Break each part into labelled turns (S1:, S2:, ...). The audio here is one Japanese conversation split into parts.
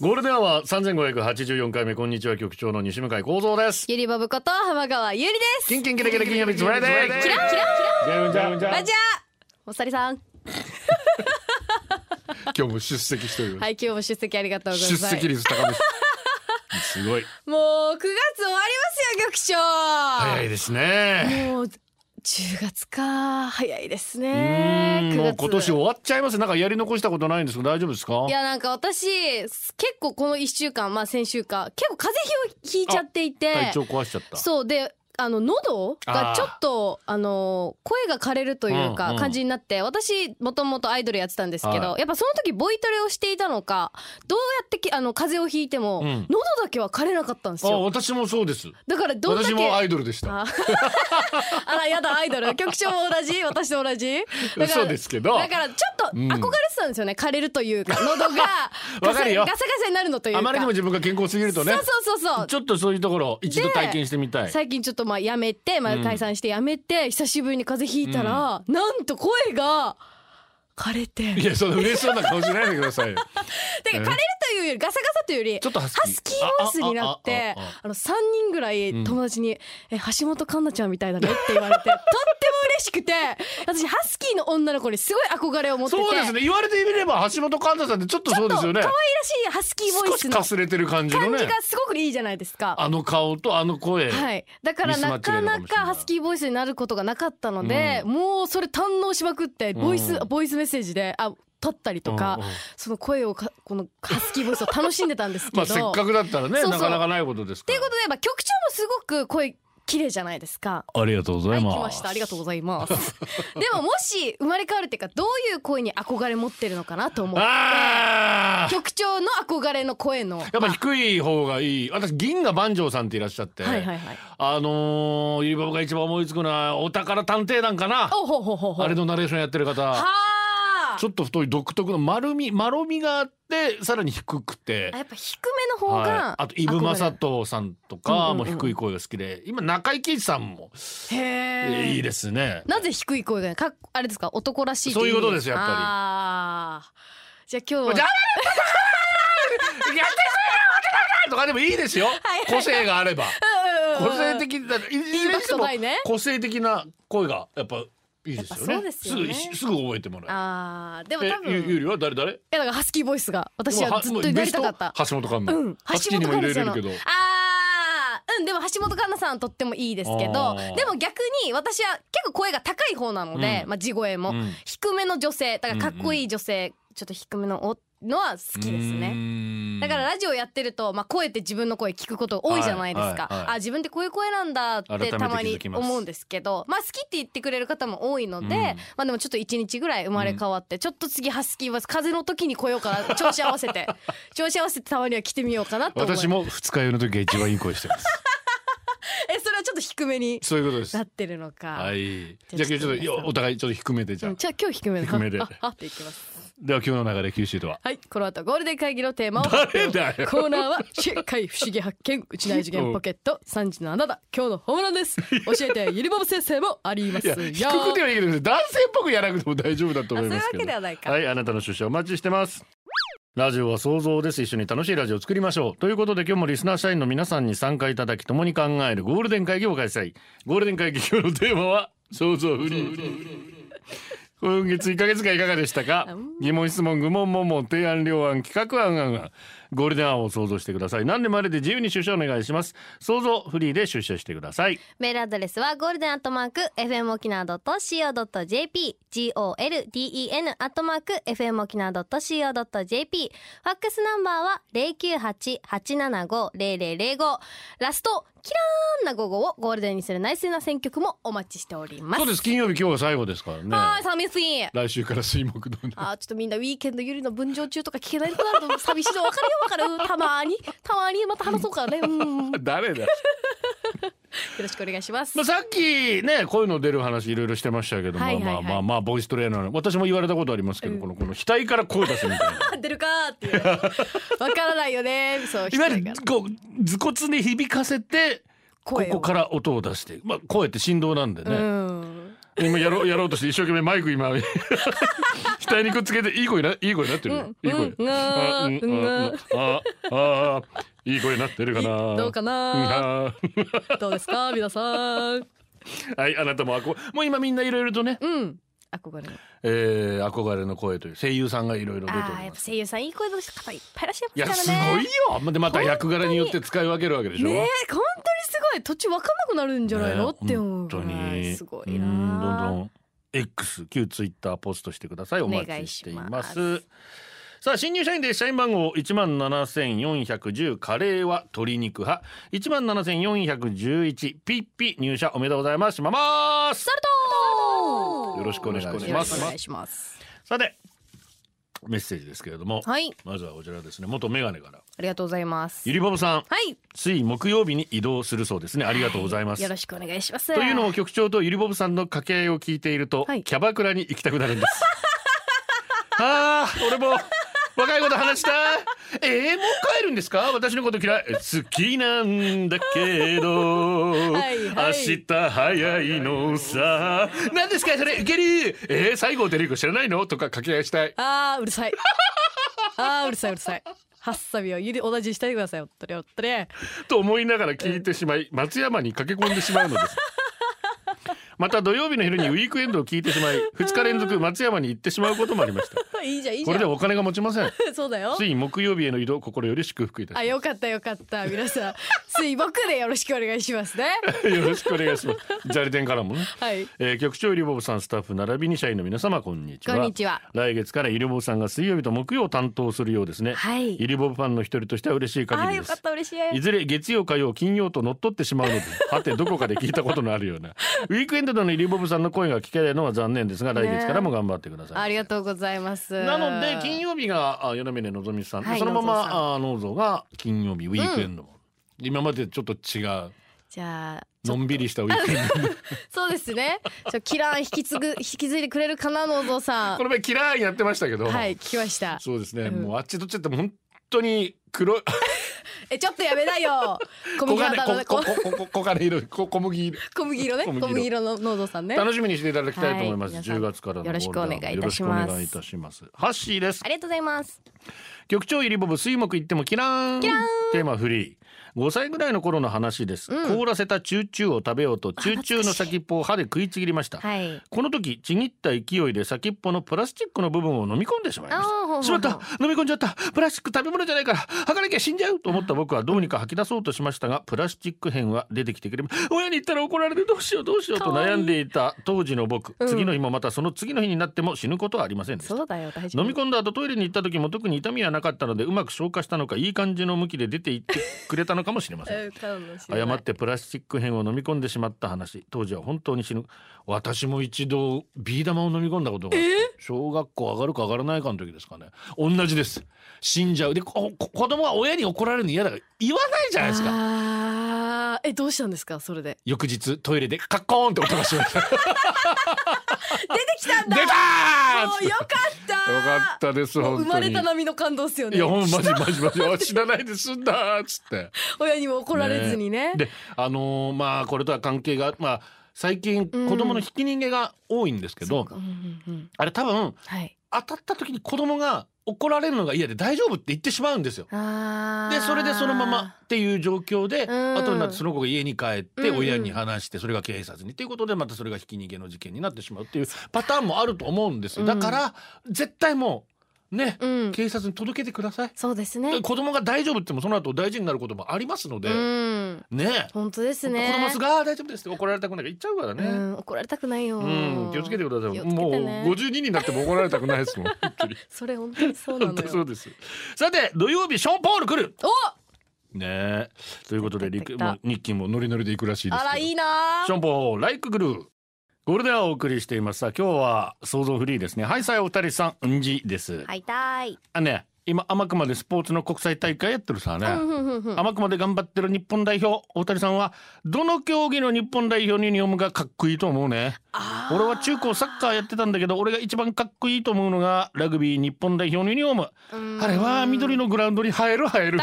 S1: ゴールデンは三千五百八十四回目こんにちは局長の西向井光三です。
S2: ゆりぼぶこと浜川ゆりです。
S1: キンキンキラキラ金曜日ズレデイ。
S2: キラキラ
S1: じゃんじゃんじ
S2: キラ。
S1: ゃ
S2: じゃおさりさん、
S3: 今日も出席しております。
S2: はい、今日も出席ありがとうござい
S3: 出
S2: ます。
S3: 席率高めです。
S1: ん。すごい
S2: もう九月終わりますよ、
S1: 早
S2: 局
S1: いですね。
S2: 長。もう十月か、早いです
S1: うー
S2: ね。
S1: ん
S2: 九
S1: も
S2: 月
S1: う今年終わっちゃいます。なんかやり残したことないんですけど大丈夫ですか
S2: い。やなんか私結構この一週間まあ先週か結構風邪ひをひいちゃっていて
S1: 体調壊しちゃった。
S2: そうであの喉
S1: あ
S2: が
S1: ー
S2: ちょっとあの声が枯れるという
S1: うん
S2: か
S1: うん
S2: 感じになって、私もともとアイドルやってたんですけど、
S1: は
S2: やっぱその時ボイトレをしていたのかどうやってきあの風邪をひいても、
S1: うん
S2: 喉だけは枯れなかったんです
S1: あ
S2: よ
S1: 私もそうです。
S2: だからどんだ
S3: 私もア
S2: け
S3: イドルでした。
S2: あ あらやだアイドル局長も同じ私と同じだか
S1: そう
S2: ら
S1: ですけど。
S2: だからちょっと
S1: うん
S2: 憧れてたんですよね、枯れる というか喉が
S1: わ
S2: ガ
S1: か
S2: サ
S1: るよ
S2: ガサガサになるのというか
S1: あまりにも自分が健康すぎるとね。
S2: そうそうそうそう
S1: ちょっとそういうところ一度体験してみたい。
S2: 最近ちょっとまあやめて、まあ、
S1: うん
S2: 解散してやめて、久しぶりに風邪ひいたら、なんと声が枯れて
S3: いや、その嬉しそうな顔しないでくださいよ。
S2: てか枯れるというよりガサガサというより
S1: ちょっとハス
S2: ハ
S1: キー。
S2: スキーボイスになって
S1: ああああああ
S2: あの3人ぐらい
S1: ん
S2: 友達に「え橋本環奈ちゃんみたいだね」って言 われてとっても嬉しくて私ハスキーの女の子にすごい憧れを持ってて
S1: そうですね。言われてみれば橋本環奈さんってちょっと
S2: ち
S1: そ
S2: ょ
S1: う
S2: っと
S1: です
S2: 可
S1: よ
S2: 愛
S1: ね
S2: ら。しいハスキーボ
S1: 少し
S2: イスの
S1: かすれてる感じの
S2: 感
S1: ね
S2: じ。がすごくいいじゃないですか。
S1: あの顔とあの声。
S2: はい、だから
S1: ミスマ
S2: な
S1: ッチが
S2: か
S1: いるのか
S2: な
S1: もしれない
S2: かハスキーボイスになることがなかったので、もうそれ堪能しまくってボイス、
S1: うん
S2: ボイスメッセージであ撮ったりとか、
S1: うんうん
S2: その声をかこのハスキーボイスを楽しんでたんですけ ど。
S1: まあせっかくだったらね
S2: そうそう
S1: なかなかないことです
S2: と
S1: か
S2: い
S1: ら
S2: うことでやっぱ局長もすごく声綺麗じゃないですか。
S1: ありがとうござ
S2: はいい、
S1: ま
S2: 来
S1: す。
S2: ました。ありがとうござ います。でももし生まれ変わるっていうか、どういう声に憧れ持ってるのかなと思う。
S1: あー
S2: 局長の憧れの 声の。
S1: やっぱ低い方がいい。私銀河万丈さんっていらっしゃって、
S2: はいはいはい。
S1: あのー、ゆりばばが一番思いつくのはお宝探偵団かな。
S2: おほうほうほうほう。
S1: あれのナレーションやってる
S2: は
S1: 方。
S2: あ。
S1: ちょっと太い独特の丸み丸みがあってさらに低くて
S2: あ。やっぱ低めの方が、
S1: はいあとイブマサトさんと
S2: うんうん
S1: か
S2: うん
S1: も低い声が好きで、今中井貴一さんも
S2: へえ
S1: いいですね。
S2: なぜ低い声がかっあれですか男らしい
S1: そういうことですやっぱり
S2: ああじゃあ今日
S1: じゃあやってくれよ男だとかでもいいですよ。個性があれば。個性的だいずれにして
S2: インパクト
S1: も
S2: ないね
S1: 個性的な声がやっぱいいですよ
S2: やっぱそう
S1: ね。
S2: ですよね
S1: すぐすぐ覚えてもら
S2: あーで
S1: え
S2: も
S1: る。え
S2: 多分
S1: ゆゆり
S2: い
S1: は誰誰？
S2: やだからハスキーボイスが私
S1: でも
S2: はずっとなりたかった
S1: もうベスト橋本環
S2: う
S1: 奈。
S2: ん
S1: ハスキーにも入れれるけど
S2: 橋本環奈さんの。あーうんでも橋本環奈さんはとってもいいですけ
S1: あ
S2: ど
S1: ー
S2: でも逆に私は結構声が高い方なので、
S1: うん
S2: まあ地声も、
S1: うん
S2: 低めの女性だからかっこいい女性、ちょっと低めのおのは好きですね。
S1: ね
S2: だからラジオやってると、まあ、声って自分の声聞くこと多いじゃないですか、
S1: はいはいはい
S2: あ自分ってこういう声なんだっ
S1: 改め
S2: て
S1: て
S2: たま
S1: 気づ
S2: に
S1: きます
S2: 思うんですけどまあ好きって言ってくれる方も多いので、
S1: うん
S2: まあでもちょっと一日ぐらい生まれ変わって、ちょっと次ハスキーは風の時に来ようか な調子合わせて調子合わせてたまには来てみようかなと思い
S1: 私も二日酔いの時が一番いい声してます。
S2: えそれはちょっと低めに
S1: そういうことです
S2: な。ってるのか、
S1: はい。
S2: じゃあ
S1: じゃあ今日ちょっとよお互いちょっと低めでじ
S2: う
S1: ゃあ
S2: ん、。じゃあ今日低めで
S1: 低めで
S2: ああっていきます
S1: では今日の流れ九州とは。
S2: はいこの後ゴールデン会議のテーマを
S1: 誰だよ。
S2: コーナーは「世界不思議発見うち内次元ポケット3時のあなた今日のホームランです」教えてゆりぼぶ先生もあります
S1: いや
S2: よ
S1: 低くてはいいけど男性っぽくやらなくても大丈夫だと思いますけど
S2: あそういうわけではないか
S1: はいあなたの出社お待ちしてますラジオは想像です一緒に楽しいラジオを作りましょうということで今日もリスナー社員の皆さんに参加いただき共に考えるゴールデン会議を開催ゴールデン会議今日のテーマは想像フリー今月1ヶ月間いかがでしたか疑問質問愚問問問提案両案企画案案案ゴールデンアワーを想像してください何でもあれで自由に出社お願いします想像フリーで出社してください
S4: メールアドレスはゴールデンアットマーク FM 沖縄 .co.jp golden アットマーク FM 沖縄 .co.jp ファックスナンバーは098-875-0005ラストキラーンな午後をゴールデンにする内政な選曲もお待ちしております
S1: そうです金曜日今日が最後ですからね
S2: はーい寂しい
S1: 来週から水木堂に
S2: あーちょっとみんなウィーケンドゆりの分譲中とか聞けないとなると 寂しいの 分かるよ分かるたまーにたまーにまた話そうからねうん
S1: 誰だ
S2: ろしくお願いします
S1: まあ、さっきね声の出る話いろいろしてましたけども、
S2: はいはいはい
S1: まあまあまあボイストレーナーの私も言われたことありますけど、このこの額から声出すみたい な
S2: 出るかーっていうわからないよねそう
S1: いわゆ
S2: 人
S1: る
S2: が
S1: こう頭骨に響かせてこ
S2: 声を
S1: こから音を出して、まあ、声って振動なんで
S2: う
S1: ね、
S2: ん
S1: 今やろうやろうとして一生懸命マイク今 額にくっつけていい声ないい声になってるよ、いい声、
S2: うん
S1: あうんあ
S2: うんうん
S1: うんああいい声になってるかな
S2: どうか
S1: うん
S2: な
S1: あー
S2: どうですか皆さん
S1: はい、あなたも憧もう今みんないろいろとね、
S2: うん憧れの
S1: えー、憧れの声という声優さんがいろいろ出てお
S2: あー
S1: り
S2: やっ
S1: ま
S2: ぱ
S1: す。
S2: 声優さんいい声の方いっぱいいらっしゃ
S1: い
S2: い
S1: や
S2: ます
S1: す
S2: からね
S1: ごいよ。までまた役柄によって使い分けるわけでしょ。
S2: ねえ本当にすごい土地わかんなくなるんじゃないの、
S1: ね
S2: って思う
S1: 本当
S2: ぐらい
S1: に
S2: すごい
S1: うんど
S2: な
S1: ど
S2: ん
S1: ん X 旧ツイッターポストしてください。お待ちしてい
S2: お
S1: ま
S2: 願い
S1: す。
S2: します
S1: さあ新入社員で社員番号1万7410カレーは鶏肉派1万7411ピッピ入社おめでとうございますしまます
S2: お
S1: よろしくお願いし
S2: よろ
S1: ま
S2: しくお
S1: す
S2: 願いします
S1: さてメッセージですけれども、
S2: はい
S1: まずはこちらですね元メガネから
S2: ありがとうございます
S1: ゆりぼぼさん
S2: はい
S1: つい木曜日に移動するそうですねありがとうございます、
S2: よろしくお願いします
S1: というのも局長とゆりぼぶさんの掛け合いを聞いていると、
S2: はい
S1: キャバクラに行きたくなるんですあー俺も若いこと話した えー、もう帰るんですか私のこと嫌い好きなんだけど
S2: はいは
S1: 明
S2: い
S1: 日早いのさ何ですかそれウケるえー、西郷輝彦知らないのとか掛け合いしたい
S2: あーうるさいあーうるさいうるさいハッサビをゆり同じにしてくださいおっとりおっとり
S1: と思いながら聞いてしまい松山に駆け込んでしまうの ですまた土曜日の昼にウィークエンドを聞いてしまい2日連続松山に行ってしまうこともありました
S2: いいじゃんいいじ
S1: こ
S2: ゃ
S1: れで
S2: ん
S1: お金が持ちませ ん
S2: そうだよ
S1: つい木曜日への移動心より祝福いた
S2: あ
S1: し
S2: よかったよかった皆さん水木でよろしくお願いしますね
S1: ますよろしくお願いします砂利店からもね、
S2: はい
S1: えー局長ゆりぼぶさんスタッフ並びに社員の皆様こんにちは
S2: こんにちは
S1: 来月からゆりぼぶさんが水曜日と木曜を担当するようですね、
S2: はい
S1: ゆりぼぶファンの一人としては嬉しい
S2: あ
S1: 限
S2: ー
S1: り
S2: よ
S1: で
S2: かっ
S1: す
S2: た嬉しい
S1: いずれ月曜火曜金曜と乗っ取ってし まうのですはてどこかで聞いたことのあるようなウィークエンドのゆりぼぶさんの声が聞けないのは残念ですが来月からも頑張ってください、
S2: ありがとうございます
S1: なので金曜日があ米峰のぞみさん、
S2: はい
S1: そのま
S2: のぞみさ
S1: まあノーゾが金曜日ウィークエンド、今までちょっと違う
S2: じゃあ
S1: のんびりしたウィークエ ンド
S2: そうですね。ちょキラン引き継ぐ引 き継いでくれるかなのぞさん
S1: こ。の前キラーンやってましたけど、
S2: はい聞きました。
S1: そうですね、
S2: うん
S1: もうあっちとっちって本当に黒い
S2: えちょっとやめなよ。小
S1: 黄
S2: 麦
S1: 金
S2: 肌の
S1: こ
S2: ね
S1: こ
S2: こ
S1: ここ小金色こ小麦色
S2: 小麦色ね
S1: 小
S2: 小
S1: 麦色
S2: 麦色ののぞさんね。あり
S1: 楽しみにしていただきたいと思います、
S2: はい皆
S1: 10
S2: さん
S1: 月からの
S2: よろしくお願いいたし
S1: よ
S2: ます
S1: ろしくお願いいたしますハッシーです
S4: ありがとうございます
S1: 局長ゆりぼぶ水木行ってもキラーンテーマフリー5歳ぐらいの頃の話です、凍らせたチューチューを食べようとチューチューの先っぽを歯で食いちぎりました、
S4: はい
S1: この時ちぎった勢いで先っぽのプラスチックの部分を飲み込んでしまいまし
S4: あーほうほうほ
S1: た
S4: う
S1: しまった飲み込んじゃったプラスチック食べ物じゃないから吐かなきゃ死んじゃうと思った僕はどうにか吐き出そうとしましたがプラスチック片は出てきてくれま親に言ったら怒られるどうしようどうしようと悩んでいた当時の僕次の日もまたその次の日になっても死ぬことはありませんでした
S2: そうだよ大丈夫。
S1: 飲み込んだ後トイレに行った時も特に痛みはなかったのでうまく消化したのかいい感じの向きで出て行ってくれたのかもしれません
S2: えーかもしれない
S1: 誤ってプラスチック片を飲み込んでしまった話当時は本当に死ぬ私も一度ビー玉を飲み込んだことがあって小学校上がるか上がらないかの時ですかね同じです死んじゃうでここ子供は親に怒られるの嫌だから言わないじゃないですか
S2: あーえどうしたんですかそれで。
S1: 翌日トイレでカッコーンって音がしました出てきたんだ出
S2: もう
S1: た
S2: よかった
S1: ー。よかったです
S2: もう
S1: 本
S2: 生
S1: 当
S2: ま
S1: に
S2: れた波の感動っすよ
S1: い
S2: ね
S1: や。ほんまマジマジマジあ知らないで済んだっつって
S2: 親にも怒られずにね。
S1: であのーまあこれとは関係がまあ最近
S2: うん
S1: 子供のひき逃げが多いんですけど、
S2: うんうんうん
S1: あれ多分
S2: はい。
S1: 当たった時に子供が怒られるのが嫌で大丈夫って言ってしまうんですよ。
S2: あー
S1: でそれでそのまま。っていう状況で
S2: うん
S1: 後になってその子が家に帰って
S2: うんうん
S1: 親に話してそれが警察にっていうことでまたそれがひき逃げの事件になってしまうっていうパターンもあると思うんですよ。だから絶対もうね
S2: うん。
S1: 警察に届けてください。
S2: そうですね。
S1: 子供が大丈夫ってもその後大事になることもありますので、
S2: うん。
S1: ね
S2: 本当です
S1: 子
S2: ね。
S1: 供すがあ大丈夫ですって怒られたくないから言っちゃうから
S2: う
S1: ね。
S2: ん、怒られたくないよ。
S1: うん、気をつけてください。
S2: 気をつけて
S1: もう
S2: ね
S1: 52人になっても怒られたくないですもん。本当に
S2: それ本当にそうな
S1: 本
S2: の
S1: 当そう
S2: よ。
S1: です。さて土曜日ショーンポール来る。
S2: お、
S1: ねえ。ということで
S2: 来
S1: リ
S2: た
S1: ク
S2: 来た来た
S1: もう日記もノリノリで行くらしいです
S2: あら
S1: けど。
S2: いいな
S1: ショーンポールライクグルー。ゴールデンをお送りしています。さあ今日は想像フリーですね。はいさいお二人さんうんじです。
S4: 会いたい
S1: あね今天熊でスポーツの国際大会やってるさね、
S4: うんふんふんふん
S1: 天熊で頑張ってる日本代表大谷さんはどの競技の日本代表にユニフォームがかっこいいと思うね俺は中高サッカーやってたんだけど俺が一番かっこいいと思うのがラグビー日本代表のユニフォームあれは緑のグラウンドに映える映える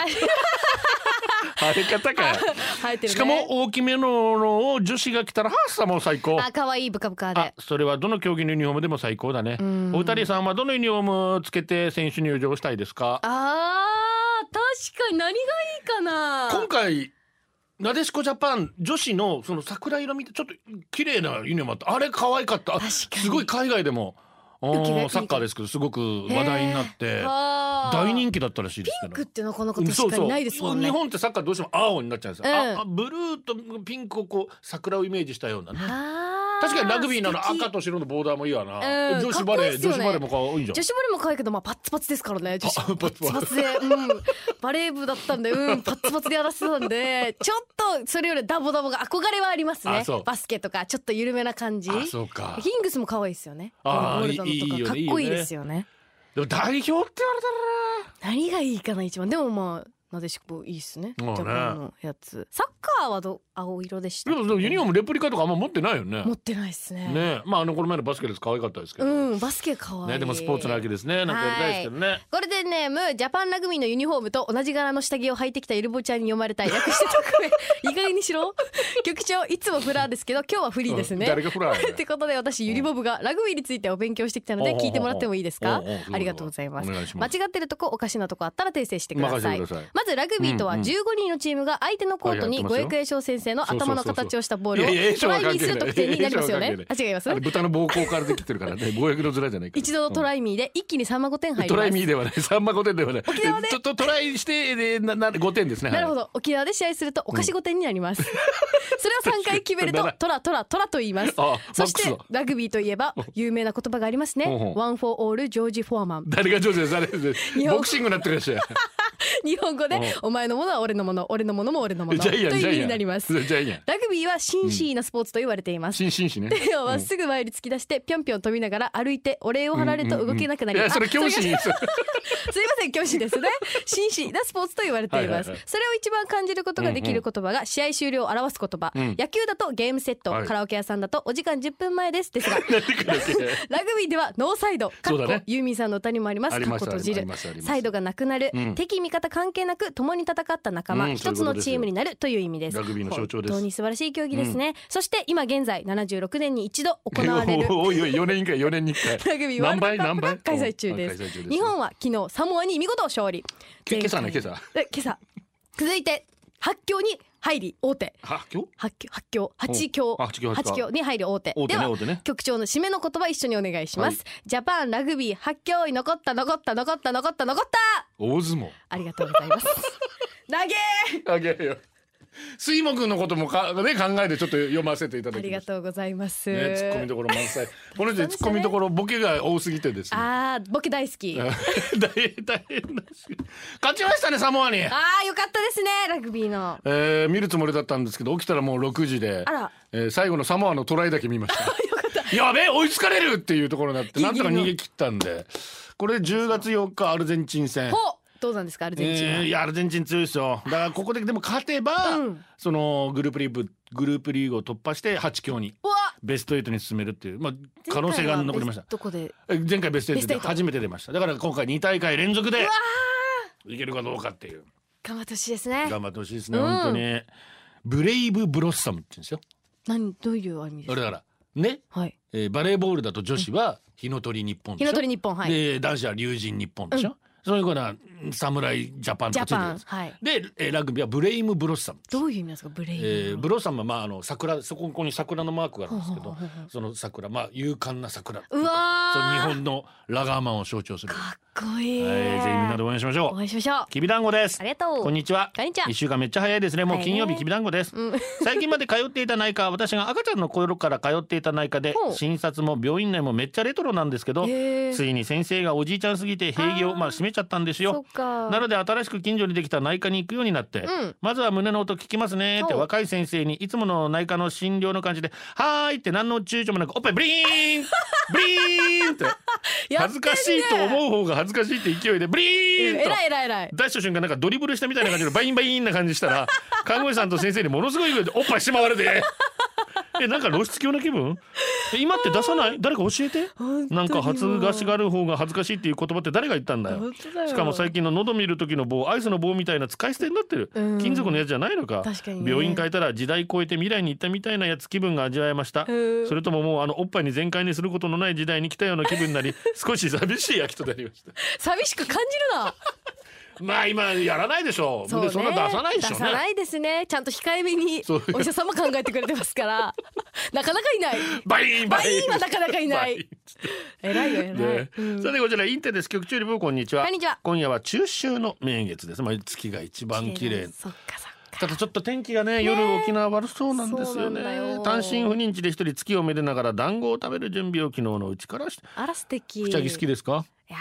S1: 生え方かよ
S2: 生えてるね
S1: しかも大きめののを女子が来たらハッサもう最高
S2: あ可愛いブカブカ
S1: あ
S2: で
S1: それはどの競技のユニフォームでも最高だねお二人さんはどのユニフォームをつけて選手入場したいですか
S2: あー確かに何がいいかな
S1: 今回なでしこジャパン女子のその桜色みたいちょっと綺麗なユニフォームあったあれ可愛かったあ
S2: 確かに
S1: すごい海外でもあー
S2: ウキウキ
S1: サッカーですけどすごく話題になって大
S2: 大
S1: 人気だったらしいですから
S2: ピンクってなかなか
S1: うんそ
S2: 確
S1: う
S2: か
S1: そう
S2: にないですもんね
S1: 日本ってサッカーどうしても青になっちゃうんですよ、
S2: うん
S1: ああブルーとピンクをこう桜をイメージしたようなね
S2: あー
S1: 確かにラグビーのあの
S2: 素敵
S1: 赤と白のボーダーもいいわな、
S2: うん
S1: 女子バレー、
S2: かっこいいっす
S1: 女
S2: よ
S1: 子バ
S2: ね
S1: レーも可愛いじゃん
S2: 女子バレーも可愛いけどまあパッツパツですからね女子
S1: あパッツパツ
S2: パツで、うん、バレー部だったんでうんパッツパツでやらせてたんでちょっとそれよりダボダボが憧れはありますね
S1: あそう
S2: バスケとかちょっと緩めな感じ
S1: あそうか
S2: キングスも可愛いですよね
S1: あー
S2: ゴールドのと
S1: いいいいよ
S2: かか
S1: ねいいよね
S2: っこいいですよね
S1: でも代表って言われ
S2: 何がいいかな一番でもまあなでしこいいっすねジ
S1: まあね
S2: ャパンのやつサッカーはど青色でした
S1: たらでもでもユニフォームレプリカとかあんま持ってないよね
S2: 持ってないっすね
S1: ねえまああのこの前のバスケです可愛かったですけど、
S2: うんバスケ可愛い
S1: ねでもスポーツなわけですねなんかやりたいですけどね、
S2: ゴールデンネームジャパンラグビーのユニフォームと同じ柄の下着を履いてきたゆるぼちゃんに読まれたい略して特 命意外にしろ局長いつもフラーですけど今日はフリーです
S1: う
S2: ね、
S1: ん誰がフラーやね
S2: ってことで私ゆりぼぶがラグビーについてお勉強してきたの
S1: おうお
S2: で
S1: うおう
S2: 聞いてもらってもいいですか
S1: おうおう
S2: ありがとうございます
S1: お願いします
S2: 間違ってるとこおかしなとこあったら訂正してください
S1: 任せてください
S2: まずラグビーとは
S1: うんうん
S2: 15人のチームが相手のコートに
S1: はい
S2: 五
S1: やってますよ
S2: 役栄翔先生の頭の形をしたボールを
S1: いやいや栄
S2: ト
S1: 翔は
S2: ラ
S1: 関
S2: イ
S1: 係ない
S2: にする得点になりますよね
S1: 栄翔は関
S2: あ違います
S1: あれ豚の膀胱からできてるからね貿易の面じゃないから
S2: 一度のトライミーで一気に3万5点入ります
S1: トライミーではない、サンマ5点ではない。
S2: 沖縄で
S1: ちょっとトライして、で、な、な、5点ですね。
S2: なるほ
S1: ど。
S2: ど沖縄で試合するとお菓子5点になります、それを3回決める
S1: な
S2: と
S1: ら
S2: トラトラトラと言います
S1: あ
S2: そし
S1: マッ
S2: て
S1: クス
S2: ラグビーといえば有名な言葉があります
S1: ほうほ
S2: ね
S1: う
S2: ワン・フォー・オール・ジョージ・フォアマン
S1: 誰が上手です、誰で
S2: 日本
S1: ボクシングになってるらしい。
S2: 日本語で
S1: ほう
S2: お前のものは俺のもの俺のものも俺のもの
S1: ジ
S2: と
S1: ャイアン、ジャ
S2: いう意味
S1: イア
S2: に
S1: ン。
S2: なります
S1: ジャイアン。
S2: ラグビーは紳士なスポーツと言われています、
S1: 新紳士ね。
S2: 手をまっすぐ前に突き出してぴょんぴょん飛びながら歩いてお礼を貼られると動けなくないりま
S1: や、
S2: す、
S1: それ教師
S2: あ
S1: に。それ
S2: すいません教師ですね紳士なスポーツと言われて
S1: は
S2: います、
S1: いはいはい
S2: それを一番感じることができる言葉が試合終了を表す言葉、
S1: ん
S2: 野球だとゲームセット、
S1: はい
S2: カラオケ屋さんだとお時間10分前です ですがラグビーではノーサイドか
S1: そ
S2: っ
S1: うだ
S2: こ、
S1: ね
S2: ユーミンさんの歌にもあります
S1: あり
S2: か
S1: ま
S2: っこ
S1: した
S2: 閉じ
S1: あ
S2: る
S1: りましたありました
S2: サイドがなくなる、
S1: ん
S2: 敵味方関係なく共に戦った仲
S1: う
S2: 間
S1: ん
S2: 一、つのチームになるという意味です
S1: ラグビーの象徴です
S2: 本当に素晴らしい競技ですね、そして今現在76年に一度行われる
S1: おいおい、4年に1回、4年に1回。
S2: ラグビーワールドカッ
S1: 何
S2: プ
S1: 倍
S2: が開催中で
S1: 何倍開催中
S2: す。
S1: です
S2: 日本は昨日サモアに見事勝利。
S1: け今朝ね
S2: 前回
S1: 今朝。
S2: え今朝。続いて八強に入り大手。
S1: は、今日
S2: 八強八強八強
S1: あ八強八強
S2: に入り大手。
S1: 大手
S2: で
S1: ね、
S2: は
S1: 大手ね。
S2: 局長の締めの言葉一緒にお願いします。ジャパンラグビー八強に残った残った残った残った残った。
S1: 大相撲。
S2: ありがとうござ います。投げ
S1: あげるよ。水木のこともか、ね、考えてちょっと読ませていただ
S2: あ
S1: き
S2: り
S1: ま
S2: が
S1: す。
S2: とうございます。
S1: ね、突っ込みどころ満 載。この人突っ込みどころボケが多すぎてですね。
S2: あー僕大好き。あ
S1: 大変大変だし勝ちましたねサモアに
S2: ーよかったですねラグビーの。
S1: えー、見るつもりだったんですけど起きたらもう6時で
S2: あら、
S1: えー最後のサモアのトライだけ見ま したやべえ追いつかれるっていうところになってなんとか逃げ切ったんでこれ10月4日アルゼンチン戦
S2: ほうどうなんですかアルゼンチンは。
S1: えーいやアルゼンチン強いですよだからここででも勝てば、
S2: うん
S1: そのグループリーググループリーグを突破して8強に
S2: うわ
S1: ベスト8に進めるっていう、まあ、可能性が残りました
S2: どこで
S1: え前回ベスト8で
S2: ベスト8
S1: 初めて出ましただから今回2大会連続でいけるかどうかっていう
S2: 頑張ってほしいですね。
S1: 頑張ってほしいですね、
S2: うん
S1: 本当にブレイブブロッサムって言うんですよ
S2: 何どういう意味です
S1: 俺
S2: か。
S1: だからね、
S2: はい。
S1: えーバレーボールだと女子は日の鳥日本で
S2: 日
S1: しょ
S2: の鳥日本はい。
S1: で男子は龍神日本でしょ、そういうことは侍ジャパンと
S2: ジ
S1: か
S2: ャ
S1: ついてる
S2: パ
S1: ん
S2: ン
S1: です
S2: はい。
S1: で、えーラグビーはブレイムブロッサム
S2: どういう意味なんですかブレイブ。
S1: えーブロッサムはまああの桜そこここに桜のマークがあるんですけど
S2: ほうほうほうほう
S1: その桜まあ勇敢な桜っていう
S2: う
S1: か
S2: わ
S1: その日
S2: ー。
S1: 本のラガーマンを象徴する
S2: かっこいい。
S1: はい、ぜひみんなで応援しましょ
S2: お
S1: う。
S2: 会いしましょう。
S1: きびだんごです。
S4: ありがとう
S1: こんにちは。
S2: こんにちは
S1: 一週間めっちゃ早いですね。もう金曜日きびだんごです。最近まで通っていた内科は、私が赤ちゃんの頃から通っていた内科で
S2: ほ、う
S1: 診察も病院内もめっちゃレトロなんですけど、
S2: へー
S1: ついに先生がおじいちゃんすぎて閉業、まあ閉めちゃったんです
S2: そ
S1: よ
S2: っ。か。
S1: なので新しく近所にできた内科に行くようになって、
S2: ん
S1: まずは胸の音聞きますねって
S2: ほう
S1: 若い先生にいつもの内 科の診療の感じで「はーい」って何の躊躇もなくおっぱいブリーンブリーンって
S2: やっ
S1: 恥
S2: て
S1: ず
S2: んね
S1: かしいと思う方が恥ずかしいって勢いでブリーン
S2: え
S1: と
S2: らいえらいえらい
S1: 出した瞬間なんかドリブルしたみたいな感じのバインバインな感じしたら看護師さんと先生にものすごい勢いでおっぱいしまわれてえなんか露出狂な気分え今って出さない誰か教えてなんか恥ずかしがる方が恥ずかしいっていう言葉って誰が言ったんだよ
S2: 本当だよ
S1: しかも最近の喉見る時の棒アイスの棒みたいな使い捨てになってる、
S2: うん
S1: 金属のやつじゃないのか
S2: 確かにね
S1: 病院変えたら時代超えて未来に行ったみたいなやつ気分が味わえました
S2: うん
S1: それとももうあのおっぱいに全開にすることのない時代に来たような気分になり少し寂しい焼きとなりました
S2: 寂しく感じるな
S1: まあ今やらないでしょうでそんな出さないでしょ
S2: 出
S1: う
S2: さな
S1: ね
S2: いですねちゃんと控えめに
S1: そう
S2: お医者様考えてくれてますから なかなかいない
S1: バインバ
S2: バ
S1: イ
S2: イ
S1: ン
S2: ンはなかなかいない偉いよ偉い、
S1: ね
S2: うん
S1: さてこちらインテです局長リブこんにちは
S2: こんにちは
S1: 今夜は中秋の明月ですまあ月が一番綺麗
S2: そっかそっか
S1: ただちょっと天気がね夜沖縄悪そうなんですよね
S2: そうなんだよ
S1: 単身赴任地で一人月をめでながら団子を食べる準備を昨日のうちからして
S2: あら素敵
S1: ふちゃぎ好きですか、
S2: い